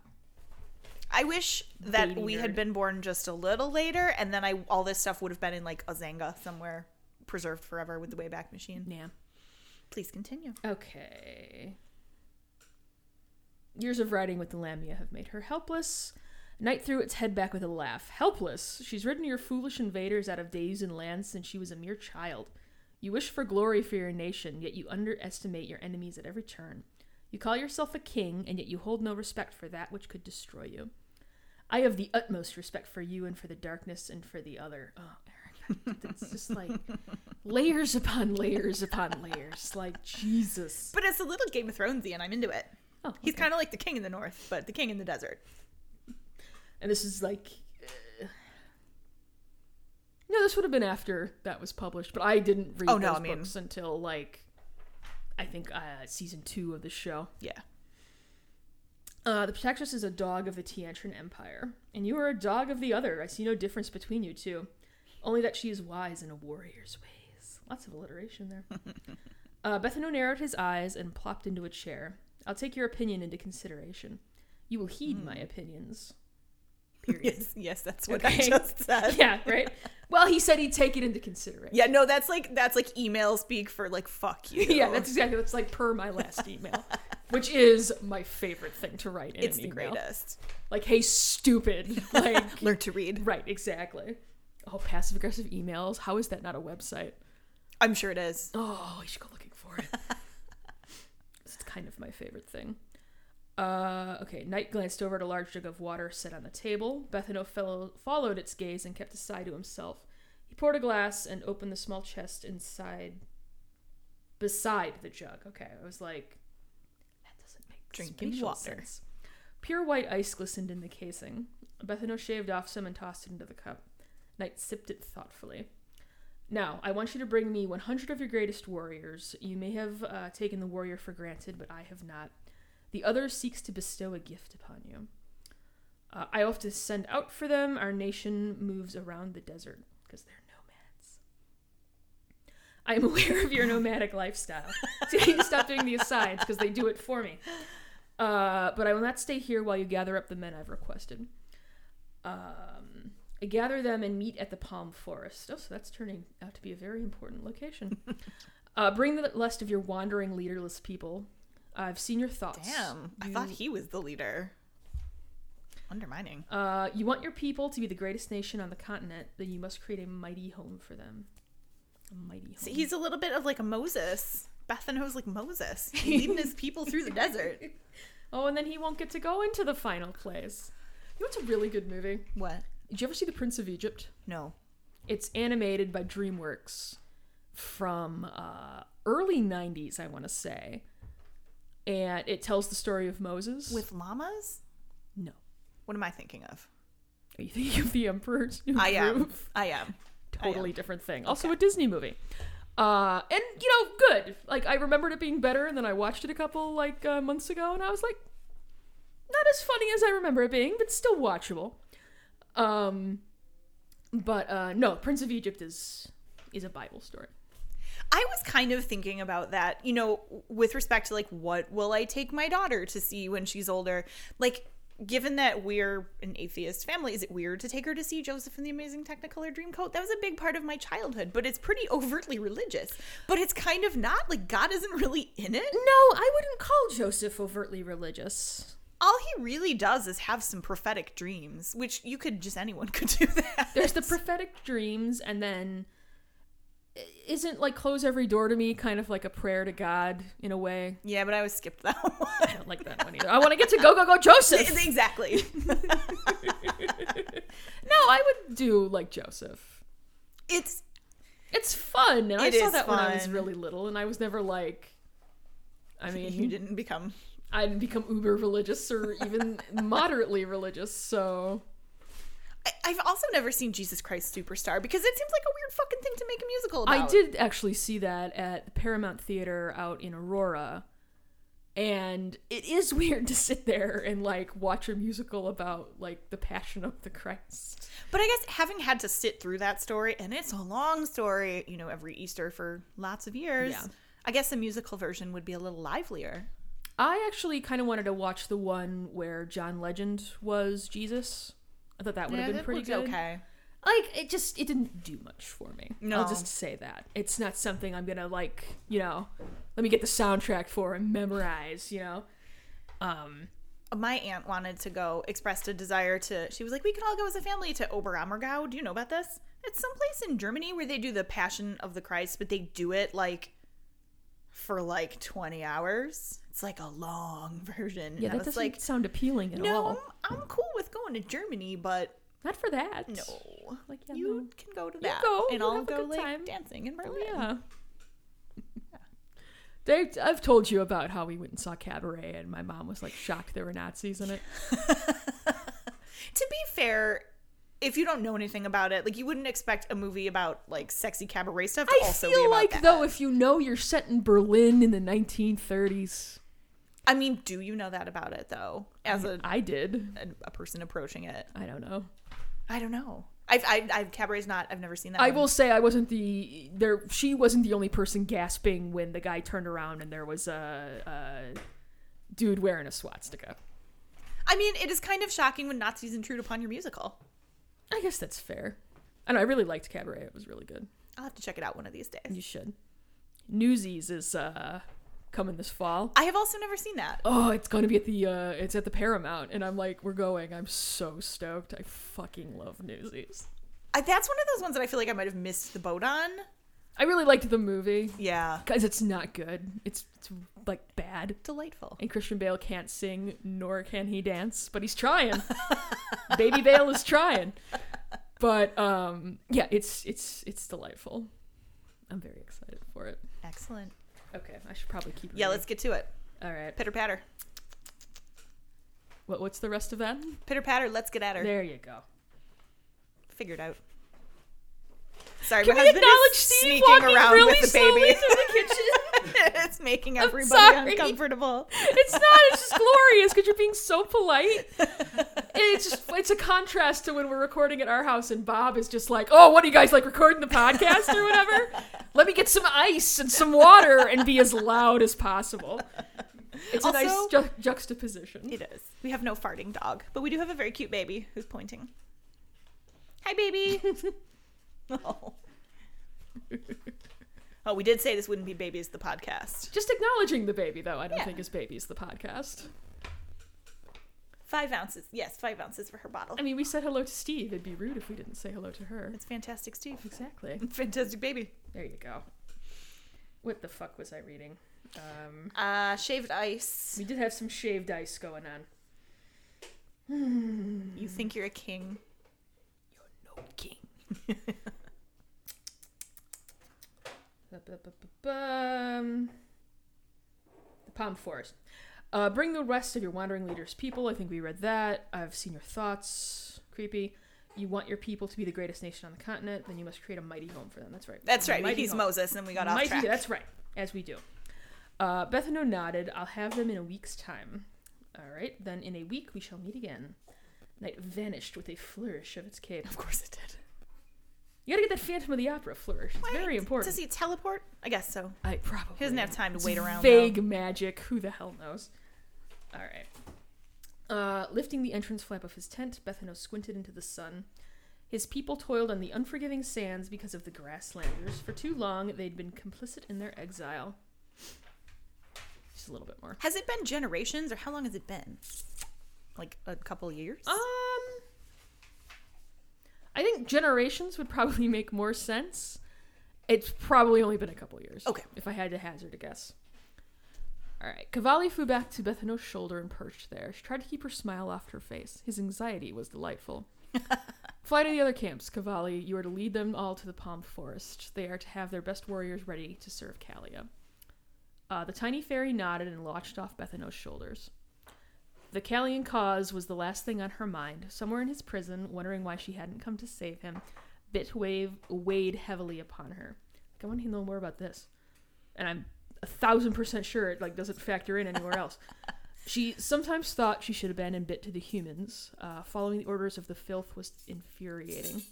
Speaker 2: I wish that
Speaker 1: Baby
Speaker 2: we
Speaker 1: nerd.
Speaker 2: had been born just a little later, and then I all this stuff would have been in like a Zanga somewhere, preserved forever with the Wayback Machine.
Speaker 1: Yeah.
Speaker 2: Please continue.
Speaker 1: Okay. Years of riding with the Lamia have made her helpless. Knight threw its head back with a laugh. Helpless? She's ridden your foolish invaders out of days and lands since she was a mere child. You wish for glory for your nation, yet you underestimate your enemies at every turn. You call yourself a king, and yet you hold no respect for that which could destroy you. I have the utmost respect for you and for the darkness and for the other. Oh, Eric, it's just like layers upon layers upon layers. Like, Jesus.
Speaker 2: But it's a little Game of Thronesian. I'm into it.
Speaker 1: Oh,
Speaker 2: He's kind of like the king in the north, but the king in the desert.
Speaker 1: and this is like uh, no this would have been after that was published but i didn't read
Speaker 2: Oh, no,
Speaker 1: those
Speaker 2: I mean-
Speaker 1: books until like i think uh, season two of the show
Speaker 2: Yeah.
Speaker 1: uh, the protectress is a dog of the Tiantran Empire, and you are a dog of the other. I see no difference between you two, only that she is wise in a warrior's ways. Lots of alliteration there. uh, Bethano narrowed his eyes and plopped into a chair. I'll take your opinion into consideration. You will heed
Speaker 2: Hmm.
Speaker 1: my opinions. Period.
Speaker 2: Yes, yes, that's what
Speaker 1: Okay.
Speaker 2: I just said.
Speaker 1: yeah, right. Well, he said he'd take it into consideration.
Speaker 2: Yeah, no, that's like that's like email speak for like fuck you.
Speaker 1: Yeah, that's exactly. That's like per my last email, which is my favorite thing to write in
Speaker 2: it's
Speaker 1: an
Speaker 2: the
Speaker 1: email.
Speaker 2: greatest.
Speaker 1: Like, hey, stupid. Like,
Speaker 2: Learn to read.
Speaker 1: right, exactly. Oh, passive aggressive emails. How is that not a website?
Speaker 2: I'm sure it is.
Speaker 1: Oh, I should go looking for it. it's kind of my favorite thing. Uh, okay, Knight glanced over at a large jug of water set on the table. Bethano fellow followed its gaze and kept a sigh to himself. He poured a glass and opened the small chest inside, beside the jug. Okay, I was like, that doesn't make
Speaker 2: Drinking
Speaker 1: spatial
Speaker 2: water.
Speaker 1: sense. Pure white ice glistened in the casing. Bethano shaved off some and tossed it into the cup. Knight sipped it thoughtfully. Now, I want you to bring me 100 of your greatest warriors. You may have uh, taken the warrior for granted, but I have not. The other seeks to bestow a gift upon you. Uh, I have to send out for them. Our nation moves around the desert because they're nomads. I am aware of your nomadic lifestyle. So you stop doing these signs because they do it for me. Uh, but I will not stay here while you gather up the men I've requested. Um, I gather them and meet at the palm forest. Oh, so that's turning out to be a very important location. uh, bring the lust of your wandering, leaderless people. I've seen your thoughts.
Speaker 2: Damn. I
Speaker 1: You-
Speaker 2: thought he was the leader. Undermining.
Speaker 1: uh, you want your people to be the greatest nation on the continent, then you must create a mighty home for them. A mighty home.
Speaker 2: So he's a little bit of like a Moses. Bethano's like Moses, leading his people through the desert.
Speaker 1: oh, and then he won't get to go into the final place. You know what's a really good movie?
Speaker 2: What?
Speaker 1: Did you ever see The Prince of Egypt?
Speaker 2: No.
Speaker 1: It's animated by DreamWorks from uh, early 90s, I want to say. And it tells the story of Moses.
Speaker 2: With llamas?
Speaker 1: no.
Speaker 2: What am I thinking of?
Speaker 1: Are you thinking of the Emperor's New
Speaker 2: I am.
Speaker 1: Groove?
Speaker 2: I am.
Speaker 1: totally different thing. Also a Disney movie. Uh, and you know, good. Like I remembered it being better, and then I watched it a couple like uh, months ago, and I was like, not as funny as I remember it being, but still watchable. Um, but uh, no, Prince of Egypt is is a Bible story.
Speaker 2: I was kind of thinking about that, you know, with respect to like what will I take my daughter to see when she's older? Like, given that we're an atheist family, is it weird to take her to see Joseph and the Amazing Technicolor Dreamcoat? That was a big part of my childhood, but it's pretty overtly religious. But it's kind of not like God isn't really in it.
Speaker 1: No, I wouldn't call Joseph overtly religious.
Speaker 2: All he really does is have some prophetic dreams, which you could just anyone could do that.
Speaker 1: There's the prophetic dreams, and then isn't like close every door to me kind of like a prayer to God in a way.
Speaker 2: yeah, but I always skipped that
Speaker 1: I
Speaker 2: one.
Speaker 1: don't like that one either. I want to get to go go go Joseph.
Speaker 2: exactly.
Speaker 1: No, I would do like Joseph.
Speaker 2: It's
Speaker 1: It's fun. And I
Speaker 2: It
Speaker 1: saw
Speaker 2: is
Speaker 1: that when I was
Speaker 2: fun.
Speaker 1: really little, and I was never like. I
Speaker 2: you
Speaker 1: mean,
Speaker 2: didn't become
Speaker 1: I didn't become uber religious or even moderately religious, so
Speaker 2: I, I've also never seen Jesus Christ Superstar because it seems like a weird fucking thing to make a musical about.
Speaker 1: I did actually see that at the Paramount Theater out in Aurora. and it is weird to sit there and like watch a musical about like the passion of the christ
Speaker 2: But I guess having had to sit through that story, and it's a long story, you know, every Easter for lots of years,
Speaker 1: Yeah.
Speaker 2: I guess the musical version would be a little livelier.
Speaker 1: i actually kind of wanted to watch the one where john legend was jesus i thought that would have been pretty
Speaker 2: looked
Speaker 1: good
Speaker 2: okay.
Speaker 1: like it just it didn't do much for me
Speaker 2: No.
Speaker 1: i'll just say that it's not something i'm gonna like you know let me get the soundtrack for and memorize you know um
Speaker 2: My aunt wanted to go, expressed a desire to, she was like, we could all go as a family to Oberammergau. Do you know about this? It's someplace in Germany where they do the Passion of the Christ, but they do it like for like 20 hours. It's like a long version.
Speaker 1: yeah
Speaker 2: and I
Speaker 1: that
Speaker 2: was
Speaker 1: doesn't
Speaker 2: like,
Speaker 1: sound appealing at
Speaker 2: no,
Speaker 1: all
Speaker 2: I'm, I'm cool with going to Germany, but
Speaker 1: not for that
Speaker 2: No.
Speaker 1: like yeah,
Speaker 2: you
Speaker 1: no.
Speaker 2: can go to that.
Speaker 1: go, Mm-hmm.
Speaker 2: and
Speaker 1: you
Speaker 2: I'll
Speaker 1: have a
Speaker 2: go
Speaker 1: good
Speaker 2: like
Speaker 1: time.
Speaker 2: dancing in Berlin.
Speaker 1: Yeah. They, I've told you about how we went and saw Cabaret, and my mom was like shocked there were Nazis in it.
Speaker 2: To be fair, if you don't know anything about it, like you wouldn't expect a movie about like sexy cabaret stuff to
Speaker 1: I
Speaker 2: also be
Speaker 1: feel
Speaker 2: about
Speaker 1: like
Speaker 2: that.
Speaker 1: though, if you know you're set in Berlin in the 1930s,
Speaker 2: I mean, do you know that about it though? As a
Speaker 1: I did.
Speaker 2: a, a person approaching it,
Speaker 1: I don't know.
Speaker 2: I don't know. I've I, I've cabaret's not. I've never seen that.
Speaker 1: I
Speaker 2: one.
Speaker 1: will say I wasn't the there. She wasn't the only person gasping when the guy turned around and there was a, a dude wearing a swastika.
Speaker 2: I mean, it is kind of shocking when Nazis intrude upon your musical.
Speaker 1: I guess that's fair. I know. I really liked Cabaret. It was really good.
Speaker 2: I'll have to check it out one of these days.
Speaker 1: You should. Newsies is uh, coming this fall.
Speaker 2: I have also never seen that.
Speaker 1: oh it's gonna be at the uh it's at the paramount and i'm like we're going i'm so stoked i fucking love newsies
Speaker 2: I, that's one of those ones that I feel like I might have missed the boat on.
Speaker 1: i really liked the movie
Speaker 2: Yeah,
Speaker 1: because it's not good it's, it's like bad
Speaker 2: delightful.
Speaker 1: and christian bale can't sing nor can he dance but he's trying baby bale is trying but um yeah it's it's it's delightful i'm very excited for it
Speaker 2: Excellent.
Speaker 1: okay i should probably keep
Speaker 2: Yeah,
Speaker 1: reading.
Speaker 2: let's get to it.
Speaker 1: all right
Speaker 2: Pitter patter.
Speaker 1: what, what's the rest of that
Speaker 2: Pitter patter, let's get at her.
Speaker 1: there you go
Speaker 2: Figured out. Sorry,
Speaker 1: Can
Speaker 2: my
Speaker 1: we
Speaker 2: husband
Speaker 1: acknowledge
Speaker 2: is
Speaker 1: Steve
Speaker 2: sneaking
Speaker 1: walking
Speaker 2: around
Speaker 1: really
Speaker 2: with the
Speaker 1: slowly
Speaker 2: baby.
Speaker 1: through the kitchen?
Speaker 2: it's making everybody
Speaker 1: sorry.
Speaker 2: uncomfortable.
Speaker 1: It's not. It's just glorious because you're being so polite. It's just it's a contrast to when we're recording at our house and Bob is just like, "Oh, what are you guys like recording the podcast or whatever? Let me get some ice and some water and be as loud as possible." It's a nice
Speaker 2: Also-
Speaker 1: ju- juxtaposition.
Speaker 2: It is. We have no farting dog, but we do have a very cute baby who's pointing. Hi, baby. oh. oh, we did say this wouldn't be babies the podcast.
Speaker 1: Just acknowledging the baby, though, I don't
Speaker 2: Yeah.
Speaker 1: think is baby is the podcast.
Speaker 2: Five ounces. Yes, five ounces for her bottle.
Speaker 1: I mean, we said hello to Steve. It'd be rude if we didn't say hello to her.
Speaker 2: It's fantastic, Steve.
Speaker 1: Exactly.
Speaker 2: Fantastic baby.
Speaker 1: There you go. What the fuck was I reading? Um,
Speaker 2: Uh, shaved ice.
Speaker 1: we did have some shaved ice going on.
Speaker 2: You think you're a king.
Speaker 1: No king. Ba-ba-ba-bum. The Palm Forest. Uh, bring the rest of your wandering leaders people. I think we read that. I've seen your thoughts. Creepy. You want your people to be the greatest nation on the continent, then you must create a mighty home for them. That's right.
Speaker 2: That's right.
Speaker 1: Mighty
Speaker 2: He's
Speaker 1: home.
Speaker 2: Moses, and we got off
Speaker 1: Mighty-
Speaker 2: track.
Speaker 1: That's right. As we do. Uh, Bethano nodded. I'll have them in a week's time. All right. Then in a week we shall meet again. Night vanished with a flourish of its cape.
Speaker 2: Of course it did.
Speaker 1: You gotta get that Phantom of the Opera flourish. It's very important.
Speaker 2: Does he teleport? I guess so.
Speaker 1: I probably
Speaker 2: He doesn't have time to
Speaker 1: It's
Speaker 2: wait around.
Speaker 1: Vague magic. Who the hell knows? All right. Uh, lifting the entrance flap of his tent, Bethano squinted into the sun. His people toiled on the unforgiving sands because of the grasslanders. For too long, they'd been complicit in their exile. Just a little bit more.
Speaker 2: though. Has it been generations, or how long has it been? Like a couple years.
Speaker 1: Um, I think generations would probably make more sense. It's probably only been a couple years.
Speaker 2: Okay.
Speaker 1: If I had to hazard a guess. All right. Cavalli flew back to Bethano's shoulder and perched there. She tried to keep her smile off her face. His anxiety was delightful. Fly to the other camps, Cavalli. You are to lead them all to the palm forest. They are to have their best warriors ready to serve Callia. Uh, the tiny fairy nodded and launched off Bethano's shoulders. The Callian cause was the last thing on her mind. Somewhere in his prison, wondering why she hadn't come to save him, Bitwave weighed heavily upon her. Like, I want to know more about this. And I'm a thousand percent sure it like doesn't factor in anywhere else. she sometimes thought she should abandon Bit to the humans. Uh, following the orders of the filth was infuriating.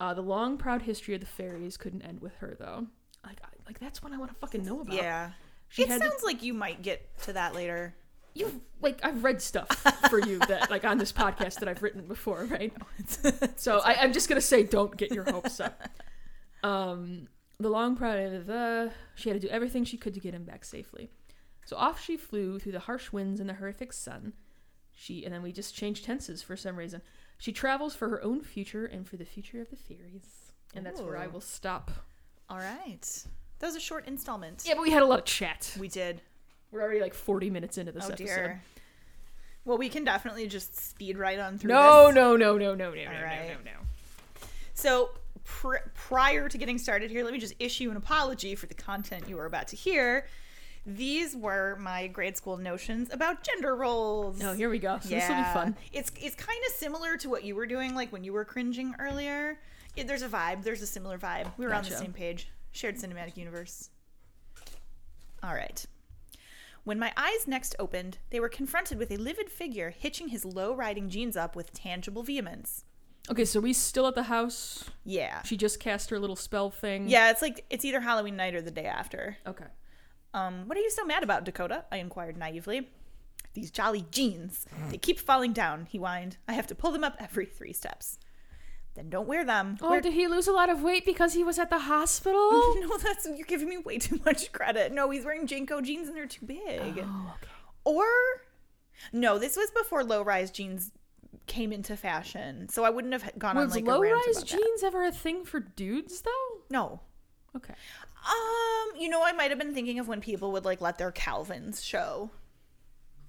Speaker 1: Uh, the long, proud history of the fairies couldn't end with her, though. Like, I, like that's what I want to fucking know about.
Speaker 2: Yeah.
Speaker 1: She
Speaker 2: it
Speaker 1: had
Speaker 2: sounds like you might get to that later.
Speaker 1: you like I've read stuff for you that like on this podcast that I've written before, right? so I, I'm just gonna say, don't get your hopes up. Um, the long pride of the she had to do everything she could to get him back safely. So off she flew through the harsh winds and the horrific sun. She and then we just changed tenses for some reason. She travels for her own future and for the future of the fairies, and that's where I
Speaker 2: Ooh.
Speaker 1: will stop.
Speaker 2: All right. That was a short installment.
Speaker 1: Yeah, but we had a lot of chat.
Speaker 2: We did.
Speaker 1: We're already like 40 minutes into this
Speaker 2: oh
Speaker 1: episode.
Speaker 2: dear. Well, we can definitely just speed right on through
Speaker 1: No,
Speaker 2: this.
Speaker 1: no, no, no, no, no, no, no,
Speaker 2: right.
Speaker 1: no, no.
Speaker 2: So, pr- prior to getting started here, let me just issue an apology for the content you are about to hear. These were my grade school notions about gender roles.
Speaker 1: No, Oh, here we go. So This will be fun.
Speaker 2: It's it's kind of similar to what you were doing, like when you were cringing earlier. Yeah, there's a vibe. There's a similar vibe. We were on the
Speaker 1: Gotcha.
Speaker 2: same page. Shared cinematic universe. All right. When my eyes next opened, they were confronted with a livid figure hitching his low riding jeans up with tangible vehemence.
Speaker 1: Okay, so we still at the house.
Speaker 2: Yeah.
Speaker 1: She just cast her little spell thing.
Speaker 2: Yeah, it's like it's either Halloween night or the day after.
Speaker 1: Okay.
Speaker 2: Um, what are you so mad about, Dakota? I inquired naively. These jolly jeans. They keep falling down, he whined. I have to pull them up every three steps. Then don't wear them.
Speaker 1: Oh,
Speaker 2: Wear-
Speaker 1: did he lose a lot of weight because he was at the hospital?
Speaker 2: no, that's you're giving me way too much credit. No, he's wearing Jinko jeans and they're too big. Or no, this was before low rise jeans came into fashion, so I wouldn't have gone on
Speaker 1: Was
Speaker 2: like a rant
Speaker 1: low-rise
Speaker 2: about that.
Speaker 1: jeans ever a thing for dudes though?
Speaker 2: No,
Speaker 1: Okay.
Speaker 2: Um, you know, I might have been thinking of when people would like let their Calvins show.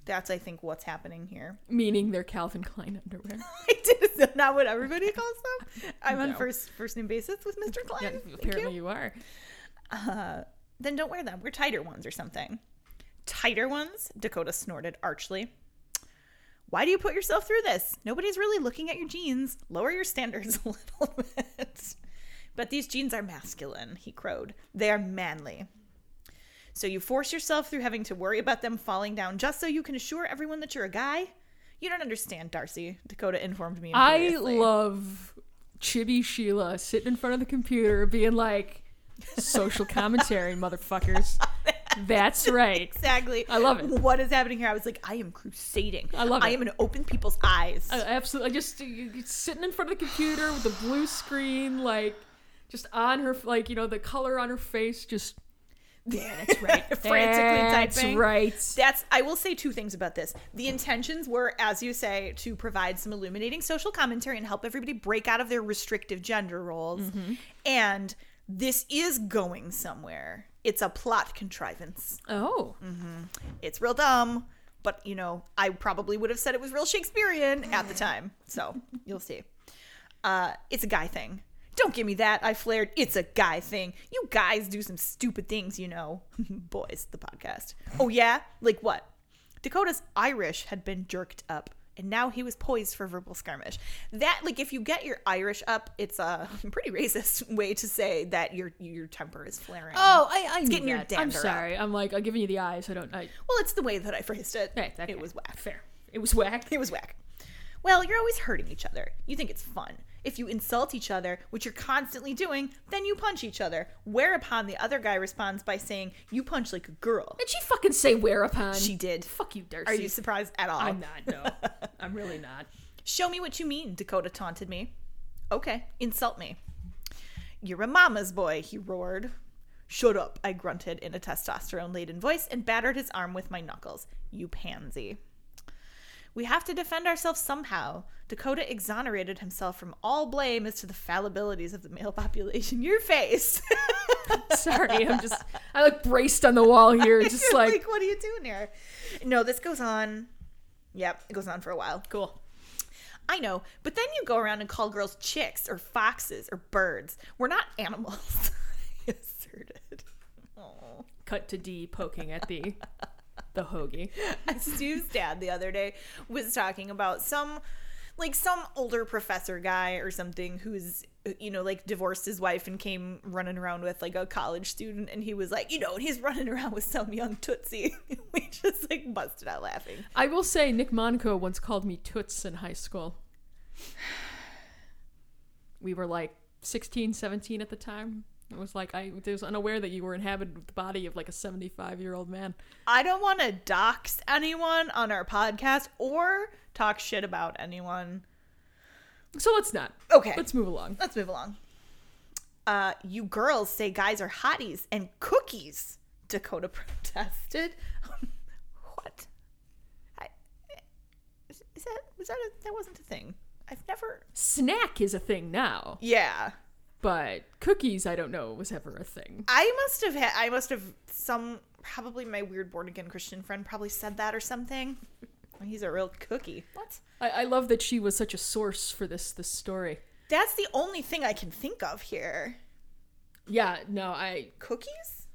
Speaker 2: That's I think what's happening here.
Speaker 1: Meaning they're Calvin Klein underwear.
Speaker 2: I did is that not what everybody calls them. I'm on
Speaker 1: No.
Speaker 2: first first name basis with Mr. Klein.
Speaker 1: Yeah,
Speaker 2: Thank you.
Speaker 1: apparently you. are.
Speaker 2: Uh, then don't wear them. Wear tighter ones or something. Tighter ones? Dakota snorted archly. Why do you put yourself through this? Nobody's really looking at your jeans. Lower your standards a little bit. But these jeans are masculine, he crowed. They are manly. So you force yourself through having to worry about them falling down just so you can assure everyone that you're a guy? You don't understand, Darcy, Dakota informed me.
Speaker 1: I
Speaker 2: imperiously.
Speaker 1: love Chibi Sheila sitting in front of the computer being like social commentary, motherfuckers. That's right.
Speaker 2: Exactly.
Speaker 1: I love it.
Speaker 2: What is happening here? I was like, I am crusading.
Speaker 1: I love
Speaker 2: I
Speaker 1: it.
Speaker 2: am going to open people's eyes.
Speaker 1: I absolutely. I just you- you sitting in front of the computer with the blue screen, like just on her, like you know, the color on her face, just
Speaker 2: Yeah, that's
Speaker 1: right.
Speaker 2: Frantically
Speaker 1: That's
Speaker 2: typing.
Speaker 1: right.
Speaker 2: That's I will say two things about this. The intentions were, as you say, to provide some illuminating social commentary and help everybody break out of their restrictive gender roles.
Speaker 1: Mm-hmm.
Speaker 2: And this is going somewhere. It's a plot contrivance.
Speaker 1: Oh,
Speaker 2: Mm-hmm. It's real dumb, but you know, I probably would have said it was real Shakespearean at the time. So you'll see. Uh, it's a guy thing. Don't give me that. I flared. It's a guy thing. You guys do some stupid things, you know. Boys, the podcast. Oh, yeah? Like what? Dakota's Irish had been jerked up, and now he was poised for verbal skirmish. That, like, if you get your Irish up, it's a pretty racist way to say that your your temper is flaring.
Speaker 1: Oh, I, I
Speaker 2: getting your
Speaker 1: I'm
Speaker 2: dander up.
Speaker 1: sorry. I'm like, I'm giving you the eyes. I don't. I,
Speaker 2: well, it's the way that I phrased it.
Speaker 1: right, okay.
Speaker 2: It was whack.
Speaker 1: Fair. It was whack.
Speaker 2: It was whack. Well, you're always hurting each other. You think it's fun. If you insult each other, which you're constantly doing, then you punch each other. Whereupon the other guy responds by saying, You punch like a girl.
Speaker 1: Did she fucking say whereupon?
Speaker 2: She did.
Speaker 1: Fuck you, Darcy.
Speaker 2: Are you surprised at all?
Speaker 1: I'm not. No, I'm really not.
Speaker 2: Show me what you mean, Dakota taunted me. Okay, insult me. You're a mama's boy, he roared. Shut up, I grunted in a testosterone laden voice and battered his arm with my knuckles. You pansy. We have to defend ourselves somehow. Dakota exonerated himself from all blame as to the fallibilities of the male population. Your face!
Speaker 1: Sorry. I'm just. I like braced on the wall here, just
Speaker 2: You're
Speaker 1: like,
Speaker 2: like, what are you doing here? No, this goes on. Yep, it goes on for a while.
Speaker 1: cool.
Speaker 2: I know, but then you go around and call girls chicks or foxes or birds. We're not animals. I asserted. Oh.
Speaker 1: Cut to D poking at the the hoagie.
Speaker 2: Stu's dad the other day was talking about some like some older professor guy or something who's you know like divorced his wife and came running around with like a college student and he was like you know and he's running around with some young tootsie we just like busted out laughing
Speaker 1: I will say Nick Monaco once called me Toots in high school. We were like 16, 17 at the time. It was like I was unaware that you were inhabited with the body of like a 75 year old man.
Speaker 2: i don't want to dox anyone on our podcast or talk shit about anyone
Speaker 1: So let's not.
Speaker 2: okay
Speaker 1: Let's move along.
Speaker 2: Let's move along. Uh, you girls say guys are hotties and cookies, Dakota protested. what? I, is is that was that a, that wasn't a thing? I've never.
Speaker 1: Snack is a thing now,
Speaker 2: Yeah,
Speaker 1: but cookies, I don't know, was ever a thing.
Speaker 2: I must have had. I must have some probably my weird born again Christian friend probably said that or something. He's a real cookie. What?
Speaker 1: I, I love that she was such a source for this this story.
Speaker 2: That's the only thing I can think of here.
Speaker 1: Yeah, no, I
Speaker 2: Cookies.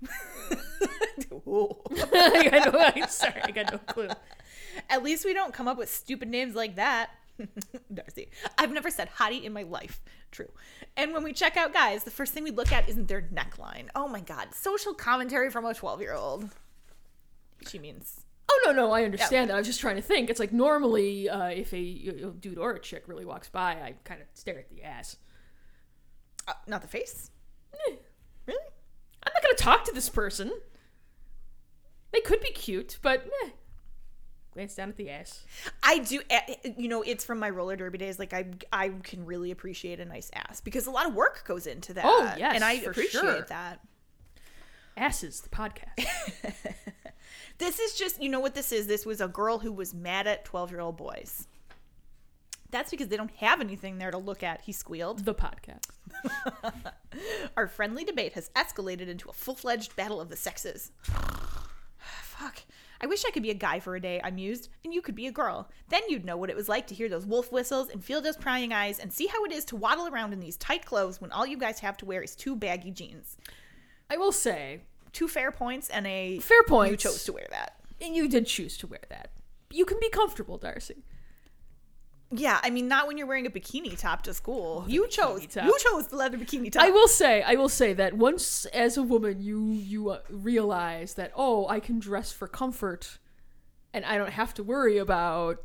Speaker 2: Ooh.
Speaker 1: I got no, I'm sorry, I got no clue.
Speaker 2: At least we don't come up with stupid names like that. Darcy. I've never said hottie in my life. True. And when we check out guys, the first thing we look at isn't their neckline. Oh my God. Social commentary from a 12 year old. She means.
Speaker 1: Oh no, no, I understand that. I was just trying to think. It's like normally, uh, if a, a dude or a chick really walks by, I kind of stare at the ass.
Speaker 2: Uh, not the face?
Speaker 1: Eh,
Speaker 2: Really?
Speaker 1: I'm not gonna talk to this person. They could be cute, but eh. glance down at the ass.
Speaker 2: I do. eh, You know, it's from my roller derby days. Like, I, I can really appreciate a nice ass because a lot of work goes into that.
Speaker 1: Oh, yes,
Speaker 2: And I
Speaker 1: for
Speaker 2: appreciate
Speaker 1: sure.
Speaker 2: that.
Speaker 1: Asses, the podcast.
Speaker 2: This is just, you know what this is? This was a girl who was mad at 12 year old boys. That's because they don't have anything there to look at, he squealed.
Speaker 1: the podcast.
Speaker 2: Our friendly debate has escalated into a full fledged battle of the sexes. Fuck. I wish I could be a guy for a day, I mused, and you could be a girl. Then you'd know what it was like to hear those wolf whistles and feel those prying eyes and see how it is to waddle around in these tight clothes when all you guys have to wear is two baggy jeans.
Speaker 1: I will say,
Speaker 2: Two fair points and a.
Speaker 1: fair point.
Speaker 2: You chose to wear that.
Speaker 1: and you did choose to wear that. You can be comfortable, Darcy.
Speaker 2: Yeah, I mean, not when you're wearing a bikini top to school. you chose.
Speaker 1: Oh, top.
Speaker 2: You chose the leather bikini top.
Speaker 1: I will say, I will say that once as a woman, you you uh, realize that oh, I can dress for comfort, and I don't have to worry about.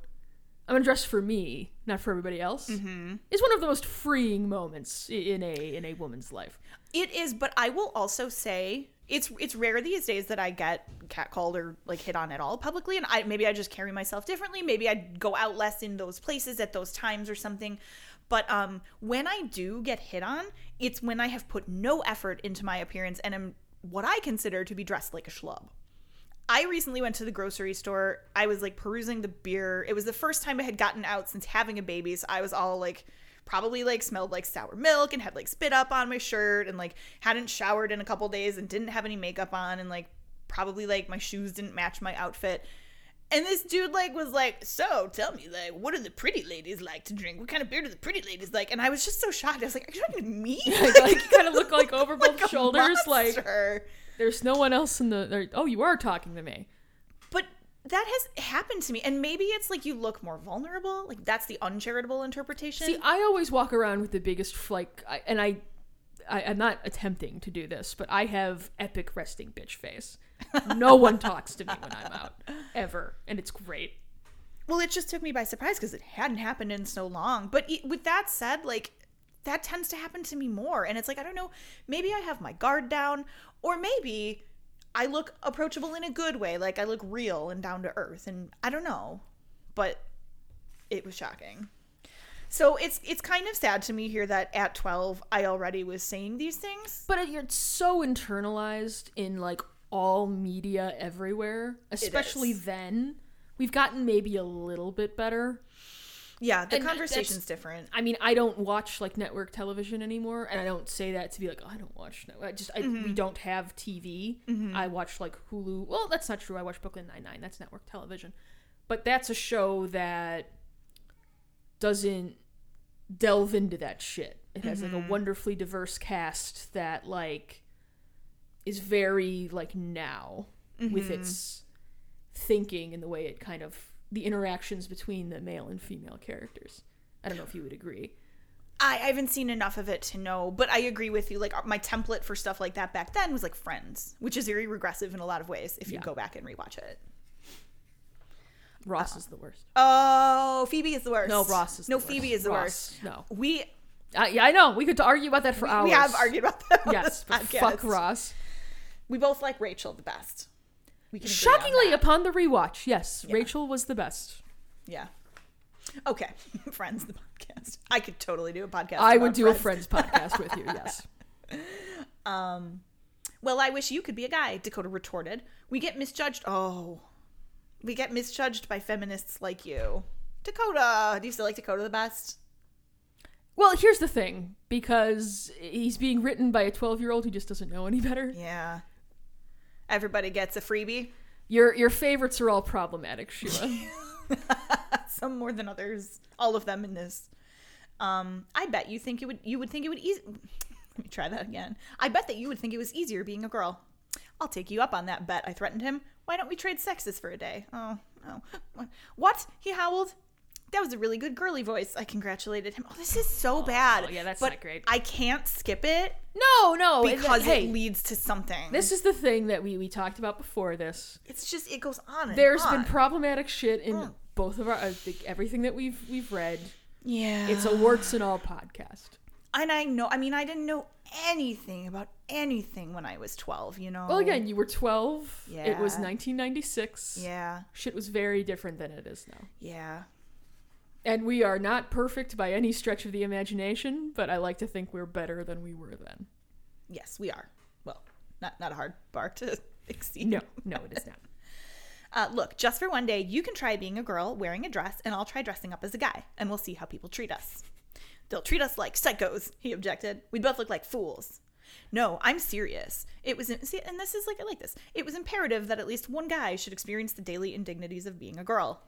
Speaker 1: I'm gonna dress for me, not for everybody else. Mm-hmm. Is one of the most freeing moments i- in a in a woman's life.
Speaker 2: It is, but I will also say it's it's rare these days that I get catcalled or like hit on at all publicly, and I maybe I just carry myself differently. Maybe I go out less in those places at those times or something. But um, when I do get hit on, it's when I have put no effort into my appearance and am what I consider to be dressed like a schlub. I recently went to the grocery store. I was like perusing the beer. It was the first time I had gotten out since having a baby, so I was all like probably like smelled like sour milk and had like spit up on my shirt and like hadn't showered in a couple days and didn't have any makeup on and like probably like my shoes didn't match my outfit. And this dude like was like, "So, tell me like what do the pretty ladies like to drink? What kind of beer do the pretty ladies like?" And I was just so shocked. I was like, "Are you talking to me?"
Speaker 1: Like you kind of look like over both
Speaker 2: a
Speaker 1: shoulders. Like
Speaker 2: monster.
Speaker 1: there's no one else in the. There, oh, you are talking to me.
Speaker 2: But that has happened to me. And maybe it's like you look more vulnerable. Like that's the uncharitable interpretation.
Speaker 1: See, I always walk around with the biggest like, I, and I, I, I'm not attempting to do this, but I have epic resting bitch face. No one talks to me when I'm out ever, and it's great.
Speaker 2: well, it just took me by surprise because it hadn't happened in so long. But it, with that said, like that tends to happen to me more. And it's like, I don't know, maybe I have my guard down, or maybe I look approachable in a good way. Like I look real and down to earth. And I don't know. But it was shocking. So it's it's kind of sad to me here that at 12 I already was saying these things.
Speaker 1: But it, it's so internalized in like all media everywhere, especially then. We've gotten maybe a little bit better.
Speaker 2: Yeah, the
Speaker 1: And that's-
Speaker 2: conversation's different.
Speaker 1: I mean, I don't watch like network television anymore, and I don't say that to be like, oh, I don't watch. No, I just I, we don't have TV. I watch like Hulu. Well, that's not true. I watch Brooklyn Nine Nine. That's network television, but that's a show that doesn't delve into that shit. It has like a wonderfully diverse cast that like is very like now with its thinking and the way it kind of the interactions between the male and female characters. I don't know if you would agree.
Speaker 2: I, I haven't seen enough of it to know, but I agree with you. Like uh, my template for stuff like that back then was like Friends, which is very regressive in a lot of ways if you
Speaker 1: Yeah.
Speaker 2: go back and rewatch it.
Speaker 1: Ross is the worst.
Speaker 2: Oh, Phoebe is the worst.
Speaker 1: No, Ross is
Speaker 2: Uh,
Speaker 1: the
Speaker 2: no
Speaker 1: worst.
Speaker 2: Phoebe is the
Speaker 1: Ross,
Speaker 2: worst.
Speaker 1: no.
Speaker 2: we
Speaker 1: I, yeah, I know. We could argue about that for hours.
Speaker 2: we have argued about that. on
Speaker 1: Yes,
Speaker 2: this
Speaker 1: but fuck
Speaker 2: podcast.
Speaker 1: Ross.
Speaker 2: We both like Rachel the best. We can agree on
Speaker 1: Shockingly,
Speaker 2: that.
Speaker 1: upon the rewatch, yes, Rachel was the best.
Speaker 2: yeah. Okay, Friends the podcast. I could totally do a podcast.
Speaker 1: I
Speaker 2: about
Speaker 1: would do
Speaker 2: Friends.
Speaker 1: a Friends podcast with you. Yes.
Speaker 2: Well, I wish you could be a guy, Dakota retorted. We get misjudged. Oh. We get misjudged by feminists like you. Dakota. Do you still like Dakota the best?
Speaker 1: Well, here's the thing because he's being written by a 12 year old who just doesn't know any better.
Speaker 2: Yeah. Everybody gets a freebie,
Speaker 1: Your your favorites are all problematic, Sheila.
Speaker 2: some more than others, all of them in this. Um, I bet you think it would you would think it would easy Let me try that again. I bet that you would think it was easier being a girl. I'll take you up on that bet, I threatened him. Why don't we trade sexes for a day? Oh, no. What? He howled. That was a really good girly voice. I congratulated him. Oh, this is so bad.
Speaker 1: yeah, that's
Speaker 2: but
Speaker 1: not great.
Speaker 2: I can't skip it
Speaker 1: no, no, and-
Speaker 2: because
Speaker 1: hey,
Speaker 2: it leads to something.
Speaker 1: this is the thing that we we talked about before this.
Speaker 2: it's just it goes on. And
Speaker 1: There's
Speaker 2: on.
Speaker 1: been problematic shit in both of our I think everything that we've we've read.
Speaker 2: yeah.
Speaker 1: It's a warts and all podcast.
Speaker 2: and I know. I mean, I didn't know anything about anything when I was twelve. You know.
Speaker 1: Well, again, you were 12. It was
Speaker 2: Oh. Yeah.
Speaker 1: 1996.
Speaker 2: Yeah.
Speaker 1: Shit was very different than it is now.
Speaker 2: Yeah.
Speaker 1: And we are not perfect by any stretch of the imagination, but I like to think we're better than we were then.
Speaker 2: Yes, we are. Well, not not a hard bar to exceed.
Speaker 1: No, no, it is not.
Speaker 2: Uh, look, just for one day, you can try being a girl wearing a dress, and I'll try dressing up as a guy, and we'll see how people treat us. They'll treat us like psychos, he objected. We'd both look like fools. No, I'm serious. It was, see, and this is like, I like this. It was imperative that at least one guy should experience the daily indignities of being a girl.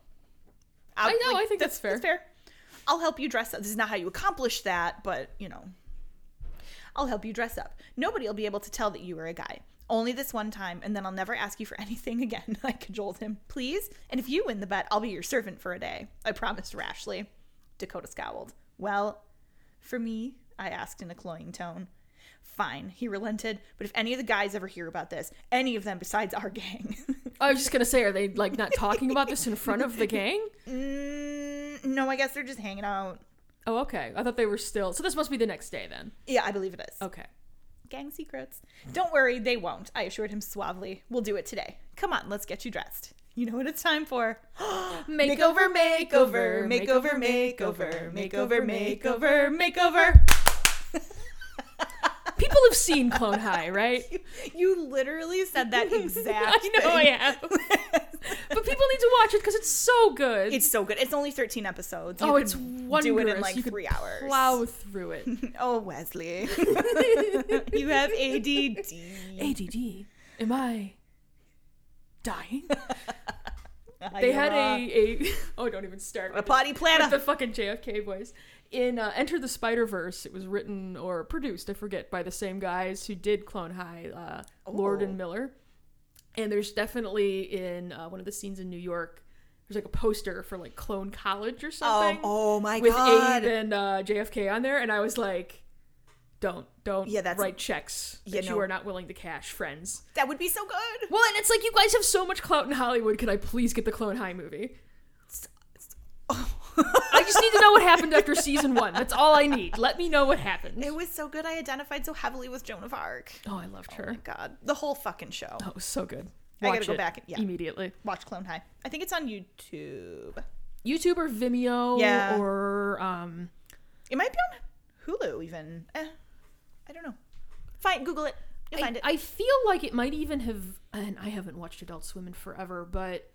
Speaker 1: I know, I think that's
Speaker 2: That's fair. I'll help you dress up. This is not how you accomplish that, but you know, I'll help you dress up. Nobody will be able to tell that you were a guy. Only this one time, and then I'll never ask you for anything again. I cajoled him. Please? And if you win the bet, I'll be your servant for a day. I promised rashly. Dakota scowled. Well, for me? I asked in a cloying tone. Fine, he relented, but if any of the guys ever hear about this, any of them besides our gang.
Speaker 1: I was just gonna say, are they like not talking about this in front of the gang?
Speaker 2: mm, no, I guess they're just hanging out.
Speaker 1: Oh, okay. I thought they were still. So this must be the next day then.
Speaker 2: Yeah, I believe it is.
Speaker 1: Okay.
Speaker 2: Gang secrets. Don't worry, they won't, I assured him suavely. We'll do it today. Come on, let's get you dressed. You know what it's time for. Makeover, makeover, makeover, makeover, makeover, makeover, makeover.
Speaker 1: People have seen Clone High, right?
Speaker 2: You literally said that exact.
Speaker 1: I know I have. but people need to watch it because it's so good.
Speaker 2: It's so good. It's only 13 episodes.
Speaker 1: oh,
Speaker 2: could
Speaker 1: it's wondrous.
Speaker 2: Do it in like
Speaker 1: you could
Speaker 2: three hours.
Speaker 1: Plow through it.
Speaker 2: Oh, Wesley. you have ADD.
Speaker 1: ADD. Am I dying?
Speaker 2: Ah,
Speaker 1: They
Speaker 2: you're
Speaker 1: had
Speaker 2: wrong.
Speaker 1: a, a oh don't even start
Speaker 2: a
Speaker 1: with
Speaker 2: potty
Speaker 1: it. With the
Speaker 2: planner.
Speaker 1: fucking JFK voice in uh, Enter the Spider Verse. It was written or produced, I forget, by the same guys who did Clone High, uh, Lord
Speaker 2: Oh.
Speaker 1: and Miller. And there's definitely in uh, one of the scenes in New York, there's like a poster for like Clone College or
Speaker 2: Oh,
Speaker 1: something
Speaker 2: oh my
Speaker 1: with
Speaker 2: god.
Speaker 1: Abe and uh, JFK on there, and I was like. Don't don't
Speaker 2: Yeah, that's-
Speaker 1: write checks that
Speaker 2: Yeah,
Speaker 1: you
Speaker 2: no.
Speaker 1: are not willing to cash, friends.
Speaker 2: that would be so good.
Speaker 1: Well, and it's like you guys have so much clout in Hollywood. Can I please get the Clone High movie? I just need to know what happened after season one. That's all I need. Let me know what happened.
Speaker 2: It was so good. I identified so heavily with Joan of Arc.
Speaker 1: Oh, I loved her.
Speaker 2: God, the whole fucking show.
Speaker 1: That was so good.
Speaker 2: I gotta
Speaker 1: Watch
Speaker 2: go
Speaker 1: it
Speaker 2: back and- yeah.
Speaker 1: immediately.
Speaker 2: Watch Clone High. I think it's on YouTube.
Speaker 1: YouTube or Vimeo
Speaker 2: Yeah.
Speaker 1: or um,
Speaker 2: It might be on Hulu even. Eh, I don't know. Fine, Google it. You'll find
Speaker 1: I,
Speaker 2: it.
Speaker 1: I feel like it might even have, and I haven't watched Adult Swim in forever, but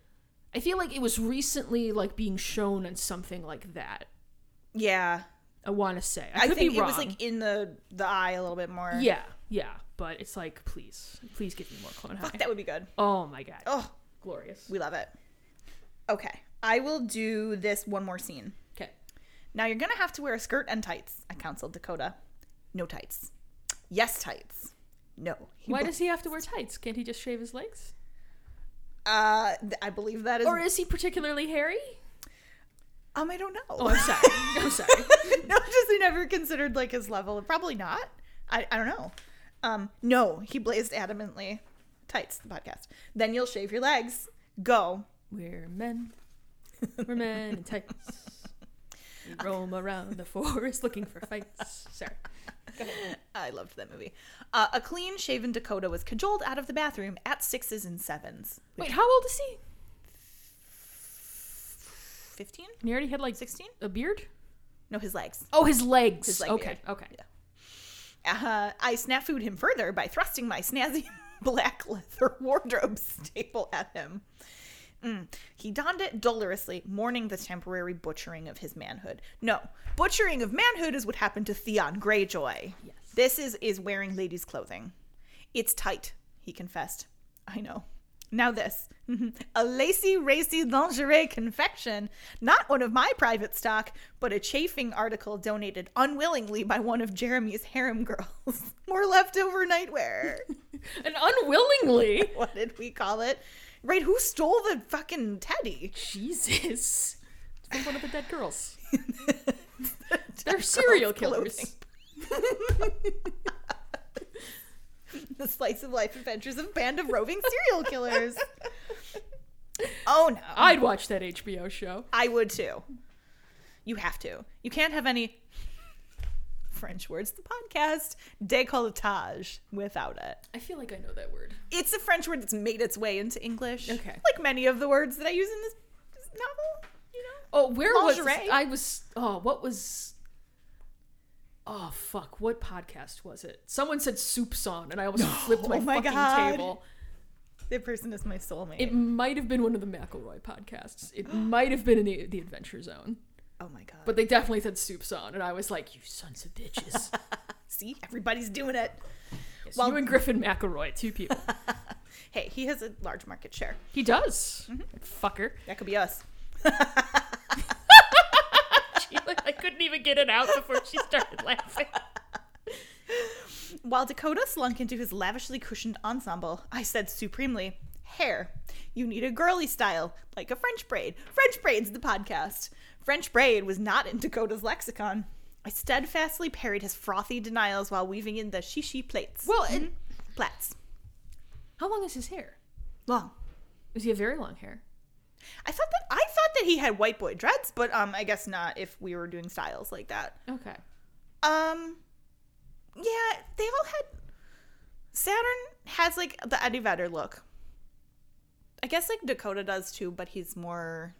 Speaker 1: I feel like it was recently like being shown on something like that.
Speaker 2: yeah,
Speaker 1: I want to say I
Speaker 2: I
Speaker 1: could
Speaker 2: think
Speaker 1: be
Speaker 2: it
Speaker 1: wrong.
Speaker 2: was like in the the eye a little bit more.
Speaker 1: yeah, yeah, but it's like please, please give me more Clone High.
Speaker 2: Fuck, that would be good.
Speaker 1: Oh my god,
Speaker 2: Oh,
Speaker 1: glorious.
Speaker 2: we love it. Okay, I will do this one more scene.
Speaker 1: Okay,
Speaker 2: Now you're gonna have to wear a skirt and tights. I counseled Dakota. No tights. Yes tights. No. He
Speaker 1: why
Speaker 2: bl-
Speaker 1: does he have to wear tights? Can't he just shave his legs?
Speaker 2: Uh, th- I believe that is.
Speaker 1: Or is he particularly hairy?
Speaker 2: um, I don't know.
Speaker 1: Oh, I'm sorry. I'm sorry.
Speaker 2: no, just I never considered like his level. Probably not. I, I don't know. Um, no, he blazed adamantly. Tights, the podcast. Then you'll shave your legs. Go.
Speaker 1: We're men. We're men in tights. We roam around the forest looking for fights. Sorry.
Speaker 2: I loved that movie. Uh, a clean shaven Dakota was cajoled out of the bathroom at sixes and sevens.
Speaker 1: Wait, how old is he?
Speaker 2: 15?
Speaker 1: And he already had like
Speaker 2: 16?
Speaker 1: a beard?
Speaker 2: No, his legs.
Speaker 1: Oh, his legs.
Speaker 2: His leg
Speaker 1: okay,
Speaker 2: beard.
Speaker 1: okay.
Speaker 2: Uh, I snafu'd him further by thrusting my snazzy black leather wardrobe staple at him. Mm. He donned it dolorously, mourning the temporary butchering of his manhood. No, butchering of manhood is what happened to Theon Greyjoy.
Speaker 1: Yes.
Speaker 2: This is is wearing ladies' clothing. It's tight, he confessed. I know. Now this, a lacy, racy lingerie confection, not one of my private stock, but a chafing article donated unwillingly by one of Jeremy's harem girls. More leftover nightwear.
Speaker 1: And unwillingly.
Speaker 2: what did we call it? Right, who stole the fucking teddy?
Speaker 1: Jesus. It's like one of the dead girls. They're serial
Speaker 2: girls'
Speaker 1: killers.
Speaker 2: the slice of life adventures of band of roving serial killers. Oh no.
Speaker 1: I'd watch that HBO show.
Speaker 2: I would too. You have to. You can't have any French words. The podcast décolletage without it.
Speaker 1: I feel like I know that word.
Speaker 2: It's a French word that's made its way into English.
Speaker 1: Okay.
Speaker 2: Like many of the words that I use in this, this novel. You know.
Speaker 1: Oh, where
Speaker 2: Lingerie?
Speaker 1: was I was oh, what was Oh fuck, what podcast was it? Someone said soup son and I almost flipped my,
Speaker 2: Oh my
Speaker 1: fucking
Speaker 2: God.
Speaker 1: table.
Speaker 2: The person is my soulmate.
Speaker 1: It might have been one of the McElroy podcasts. It might have been in the, the Adventure Zone.
Speaker 2: oh my god.
Speaker 1: But they definitely said soup son and I was like, You sons of bitches.
Speaker 2: See, everybody's doing it.
Speaker 1: Yes, you and Griffin McElroy, two people.
Speaker 2: Hey, he has a large market share.
Speaker 1: He does. Fucker.
Speaker 2: That could be us.
Speaker 1: She, like, I couldn't even get it out before she started laughing.
Speaker 2: While Dakota slunk into his lavishly cushioned ensemble, I said supremely, Hair. You need a girly style, like a French braid. French braid's the podcast. French braid was not in Dakota's lexicon. I steadfastly parried his frothy denials while weaving in the shishi plates.
Speaker 1: Well, and
Speaker 2: Plaits.
Speaker 1: how long is his hair?
Speaker 2: Long.
Speaker 1: Does he have very long hair?
Speaker 2: I thought that I thought that he had white boy dreads, but um I guess not if we were doing styles like that.
Speaker 1: Okay.
Speaker 2: Um, yeah, they all had. Saturn has like the Eddie Vedder look. I guess like Dakota does too, but he's more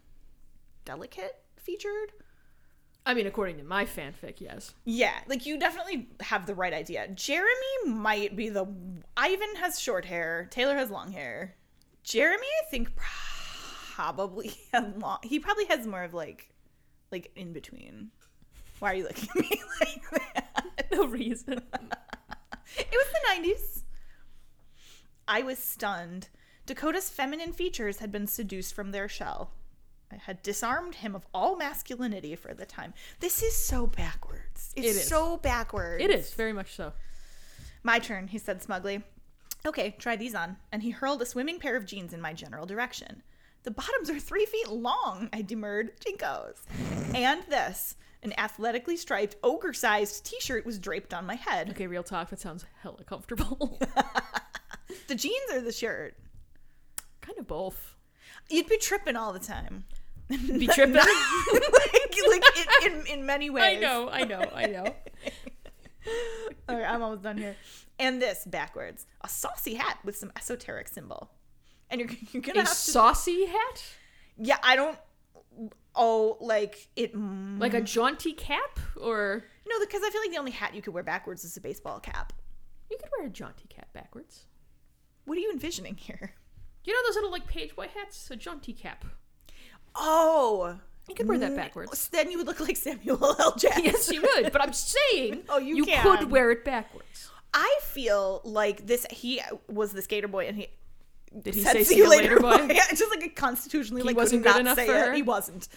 Speaker 2: delicate featured.
Speaker 1: I mean, according to my fanfic, yes.
Speaker 2: Yeah, like you definitely have the right idea. Jeremy might be the Ivan has short hair. Taylor has long hair. Jeremy, I think, probably had long. He probably has more of like, like in between. Why are you looking at me like that?
Speaker 1: No reason.
Speaker 2: It was the nineties. I was stunned. Dakota's feminine features had been seduced from their shell. I had disarmed him of all masculinity for the time. This is so backwards. It's
Speaker 1: It is.
Speaker 2: so backwards.
Speaker 1: it is, very much so.
Speaker 2: My turn, he said smugly. Okay, try these on. And he hurled a swimming pair of jeans in my general direction. The bottoms are three feet long, I demurred. Jinkos. And this. An athletically striped, ogre sized t shirt was draped on my head.
Speaker 1: Okay, real talk, that sounds hella comfortable.
Speaker 2: The jeans or the shirt?
Speaker 1: kind of both.
Speaker 2: You'd be tripping all the time.
Speaker 1: Be tripping.
Speaker 2: like like in, in, in many
Speaker 1: I
Speaker 2: ways.
Speaker 1: know, I know, I know.
Speaker 2: Okay, I'm almost done here. And this backwards. A saucy hat with some esoteric symbol. And you're, you're going to
Speaker 1: A
Speaker 2: have to.
Speaker 1: saucy hat?
Speaker 2: Yeah, I don't. Oh, like it. mm,
Speaker 1: Like a jaunty cap? Or
Speaker 2: No, because I feel like the only hat you could wear backwards is a baseball cap.
Speaker 1: you could wear a jaunty cap backwards.
Speaker 2: What are you envisioning here?
Speaker 1: You know those little like page boy hats? A jaunty cap.
Speaker 2: Oh,
Speaker 1: You could wear that backwards.
Speaker 2: Then you would look like Samuel L. Jackson.
Speaker 1: yes, you would, but I'm saying
Speaker 2: Oh, you
Speaker 1: could
Speaker 2: can.
Speaker 1: wear it backwards.
Speaker 2: I feel like this. He was the skater boy, and he
Speaker 1: Did he
Speaker 2: said,
Speaker 1: say see you later, boy?
Speaker 2: Yeah, just like a constitutionally like
Speaker 1: wasn't
Speaker 2: could
Speaker 1: good enough
Speaker 2: not say
Speaker 1: for
Speaker 2: it.
Speaker 1: her?
Speaker 2: He wasn't.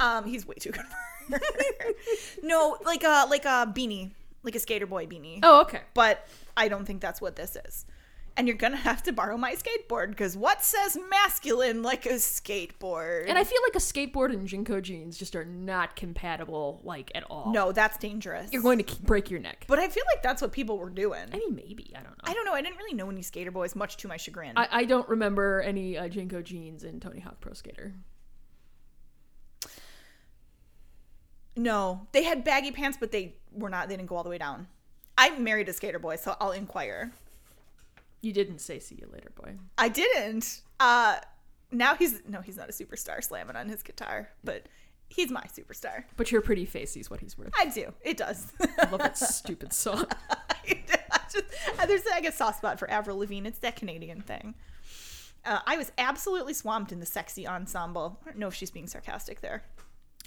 Speaker 2: Um, he's way too good for her. no, like a like a beanie, like a skater boy beanie.
Speaker 1: Oh, okay.
Speaker 2: But I don't think that's what this is. and you're gonna have to borrow my skateboard because what says masculine like a skateboard?
Speaker 1: And I feel like a skateboard and Jinko jeans just are not compatible, like at all.
Speaker 2: no, that's dangerous.
Speaker 1: you're going to k- break your neck.
Speaker 2: but I feel like that's what people were doing.
Speaker 1: I mean, maybe I don't know.
Speaker 2: I don't know. I didn't really know any skater boys, much to my chagrin.
Speaker 1: I, I don't remember any uh, Jinko jeans in Tony Hawk Pro Skater.
Speaker 2: no, they had baggy pants, but they were not. They didn't go all the way down. I married a skater boy, so I'll inquire.
Speaker 1: You didn't say "see you later, boy."
Speaker 2: I didn't. Uh, now he's no, he's not a superstar slamming on his guitar, but he's my superstar.
Speaker 1: But your pretty face is what he's worth.
Speaker 2: I do. It does.
Speaker 1: I love that stupid song.
Speaker 2: I just, there's like a soft spot for Avril Lavigne. It's that Canadian thing. Uh, I was absolutely swamped in the sexy ensemble. I don't know if she's being sarcastic there.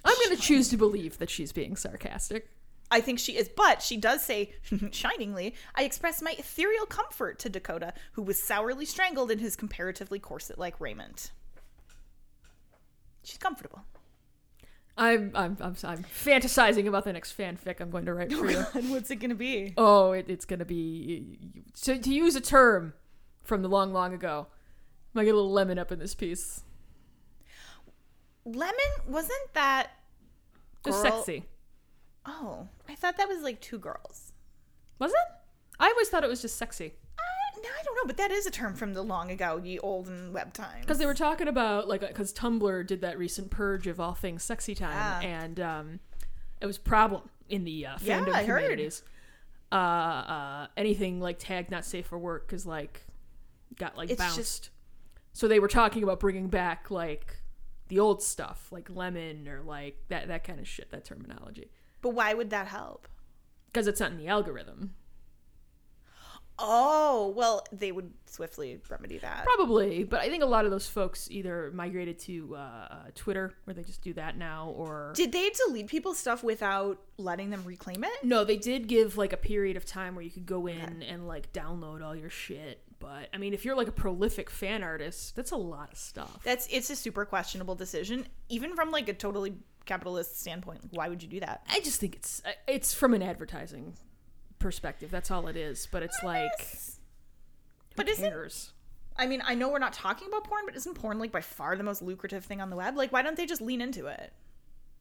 Speaker 1: I'm going to choose to believe that she's being sarcastic.
Speaker 2: I think she is, but she does say, shiningly, I express my ethereal comfort to Dakota, who was sourly strangled in his comparatively corset like raiment. She's comfortable.
Speaker 1: I'm I'm I'm, I'm fantasizing about the next fanfic I'm going to write for you.
Speaker 2: What's it going to be?
Speaker 1: Oh, it, it's gonna be to to use a term from the long, long ago. I get a little lemon up in this piece.
Speaker 2: Lemon wasn't that.
Speaker 1: Just
Speaker 2: Girl-
Speaker 1: sexy,
Speaker 2: Oh, I thought that was like two girls.
Speaker 1: was it? I always thought it was just sexy
Speaker 2: Uh, no, I don't know, but that is a term from the long ago, ye olden web time.
Speaker 1: because they were talking about like because Tumblr did that recent purge of all things sexy time,
Speaker 2: Ah.
Speaker 1: and um, it was a problem in the uh,
Speaker 2: Yeah,
Speaker 1: fandom
Speaker 2: I heard.
Speaker 1: communities. Uh, uh, anything like tag not safe for work is like got like
Speaker 2: It's
Speaker 1: bounced.
Speaker 2: just-
Speaker 1: So they were talking about bringing back like the old stuff, like lemon or like that that kind of shit, that terminology,
Speaker 2: But why would that help?
Speaker 1: because it's not in the algorithm.
Speaker 2: Oh, well, they would swiftly remedy that.
Speaker 1: Probably, but I think a lot of those folks either migrated to uh, uh, Twitter, where they just do that now, or
Speaker 2: Did they delete people's stuff without letting them reclaim it?
Speaker 1: no, they did give like a period of time where you could go in and like download all your shit. But I mean, if you're like a prolific fan artist, that's a lot of stuff.
Speaker 2: That's it's a super questionable decision, even from like a totally capitalist standpoint. Like, Why would you do that?
Speaker 1: I just think it's uh, it's from an advertising perspective. That's all it is. But it's like,
Speaker 2: But
Speaker 1: who
Speaker 2: isn't-
Speaker 1: cares?
Speaker 2: I mean, I know we're not talking about porn, but isn't porn like by far the most lucrative thing on the web? Like, why don't they just lean into it?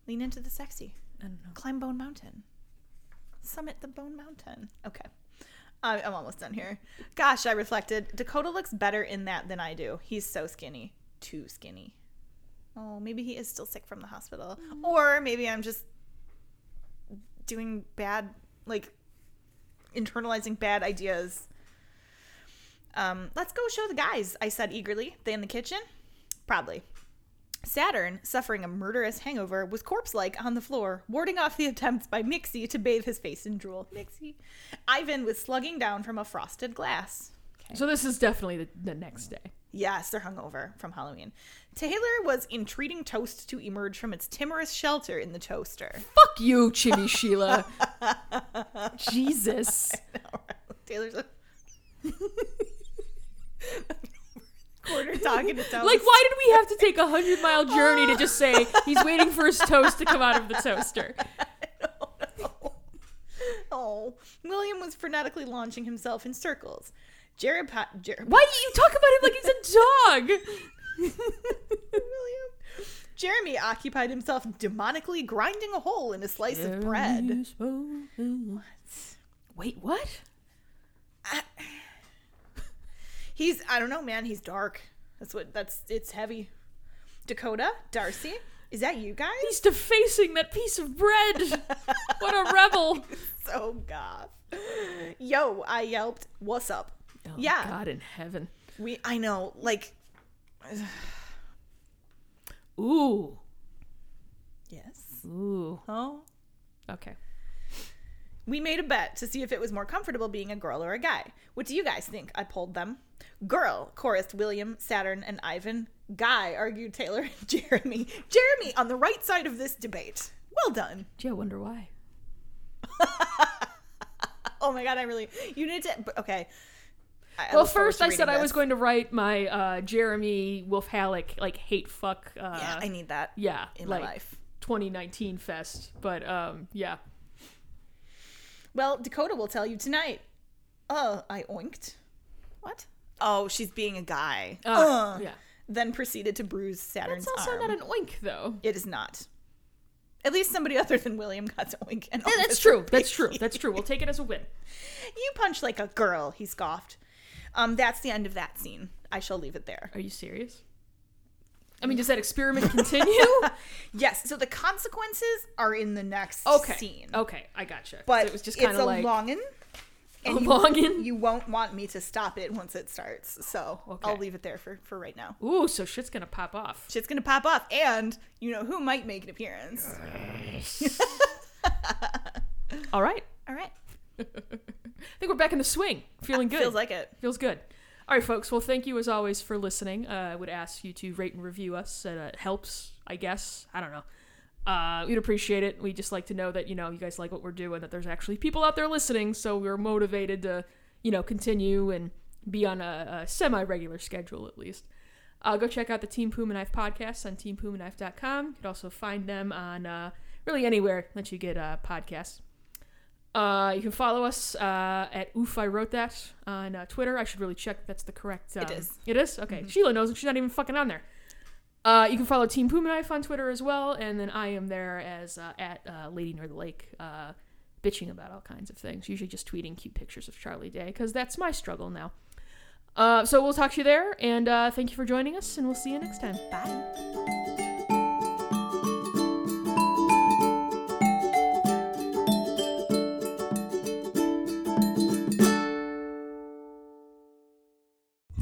Speaker 2: Lean into the sexy.
Speaker 1: I don't know.
Speaker 2: Climb Bone Mountain. Summit the Bone Mountain. Okay. I- I'm almost done here. Gosh, I reflected. Dakota looks better in that than I do. He's so skinny. Too skinny. Oh, maybe he is still sick from the hospital.
Speaker 1: Mm.
Speaker 2: Or maybe I'm just doing bad, like internalizing bad ideas. Um, let's go show the guys, I said eagerly. They in the kitchen? Probably. Saturn, suffering a murderous hangover, was corpse like on the floor, warding off the attempts by Mixie to bathe his face in drool. Mixie. Ivan was slugging down from a frosted glass.
Speaker 1: So this is definitely the, the next day.
Speaker 2: Yes, they're hungover from Halloween. Taylor was entreating toast to emerge from its timorous shelter in the toaster.
Speaker 1: Fuck you, Chimmy Sheila. Jesus.
Speaker 2: Taylor's a quarter talking to toast.
Speaker 1: Like, why did we have to take a hundred mile journey to just say he's waiting for his toast to come out of the toaster?
Speaker 2: oh, William was frenetically launching himself in circles. Jared, pa- Jer-
Speaker 1: Why do you talk about him like he's a dog?
Speaker 2: William. Jeremy occupied himself demonically grinding a hole in a slice of bread.
Speaker 1: Wait, what?
Speaker 2: He's I don't know, man, he's dark. That's what that's it's heavy. Dakota, Darcy, is that you guys?
Speaker 1: He's defacing that piece of bread. What a rebel.
Speaker 2: so goth. Oh, Yo, I yelped, what's up?
Speaker 1: Oh,
Speaker 2: Yeah.
Speaker 1: God in heaven.
Speaker 2: We I know, like
Speaker 1: Ooh.
Speaker 2: Yes.
Speaker 1: Ooh.
Speaker 2: Oh.
Speaker 1: Okay.
Speaker 2: We made a bet to see if it was more comfortable being a girl or a guy. What do you guys think? I polled them. Girl, chorused William, Saturn, and Ivan. Guy, argued Taylor and Jeremy. Jeremy on the right side of this debate. Well done.
Speaker 1: Gee, I wonder why.
Speaker 2: Oh my god, I really you need to but- okay. I- I
Speaker 1: well,
Speaker 2: look forward
Speaker 1: first
Speaker 2: to
Speaker 1: I said
Speaker 2: reading
Speaker 1: I was
Speaker 2: this.
Speaker 1: going to write my uh, Jeremy Wolf Halleck like hate fuck. Uh,
Speaker 2: Yeah, I need that
Speaker 1: yeah,
Speaker 2: in
Speaker 1: like
Speaker 2: my life.
Speaker 1: 2019 fest, but um, yeah.
Speaker 2: Well, Dakota will tell you tonight. Uh, I oinked. What? oh, she's being a guy.
Speaker 1: Uh,
Speaker 2: Ugh.
Speaker 1: yeah.
Speaker 2: Then proceeded to bruise Saturn's
Speaker 1: That's also
Speaker 2: arm.
Speaker 1: not an oink though.
Speaker 2: it is not. At least somebody other than William got to wink. And
Speaker 1: Yeah, that's true. That's true. That's true. We'll take it as a win.
Speaker 2: You punch like a girl, he scoffed. Um, that's the end of that scene. I shall leave it there.
Speaker 1: Are you serious? I mean, does that experiment continue?
Speaker 2: Yes, so the consequences are in the next
Speaker 1: okay.
Speaker 2: scene.
Speaker 1: Okay, I gotcha. 'Cause
Speaker 2: But
Speaker 1: it was just kind
Speaker 2: it's
Speaker 1: of
Speaker 2: a
Speaker 1: like
Speaker 2: longin'.
Speaker 1: a
Speaker 2: and you-
Speaker 1: longin'.
Speaker 2: You won't want me to stop it once it starts. So I'll
Speaker 1: Okay.
Speaker 2: leave it there for, for right now.
Speaker 1: Ooh, so shit's gonna pop off.
Speaker 2: Shit's gonna pop off, and you know who might make an appearance.
Speaker 1: All right,
Speaker 2: All right.
Speaker 1: I think we're back in the swing. Feeling good.
Speaker 2: Feels like it.
Speaker 1: Feels good. All right, folks. Well, thank you as always for listening. Uh, I would ask you to rate and review us. Uh, it helps, I guess. I don't know. Uh, we'd appreciate it. We just like to know that you know you guys like what we're doing. That there's actually people out there listening, so we're motivated to you know continue and be on a, a semi-regular schedule at least. Uh, go check out the Team Puma Knife podcast on teampumaknife.com. You can also find them on uh, really anywhere that you get uh, podcasts. Uh, you can follow us uh, at Oof I Wrote That on uh, Twitter. I should really check. That's the correct. Um,
Speaker 2: is.
Speaker 1: It is? Okay. Sheila knows, and she's not even fucking on there. Uh, you can follow Team Puma Knife on Twitter as well, and then I am there as uh, at uh, Lady Near the Lake, uh, bitching about all kinds of things. Usually just tweeting cute pictures of Charlie Day because that's my struggle now. Uh, so we'll talk to you there, and uh, thank you for joining us, and we'll see you next time.
Speaker 2: Bye.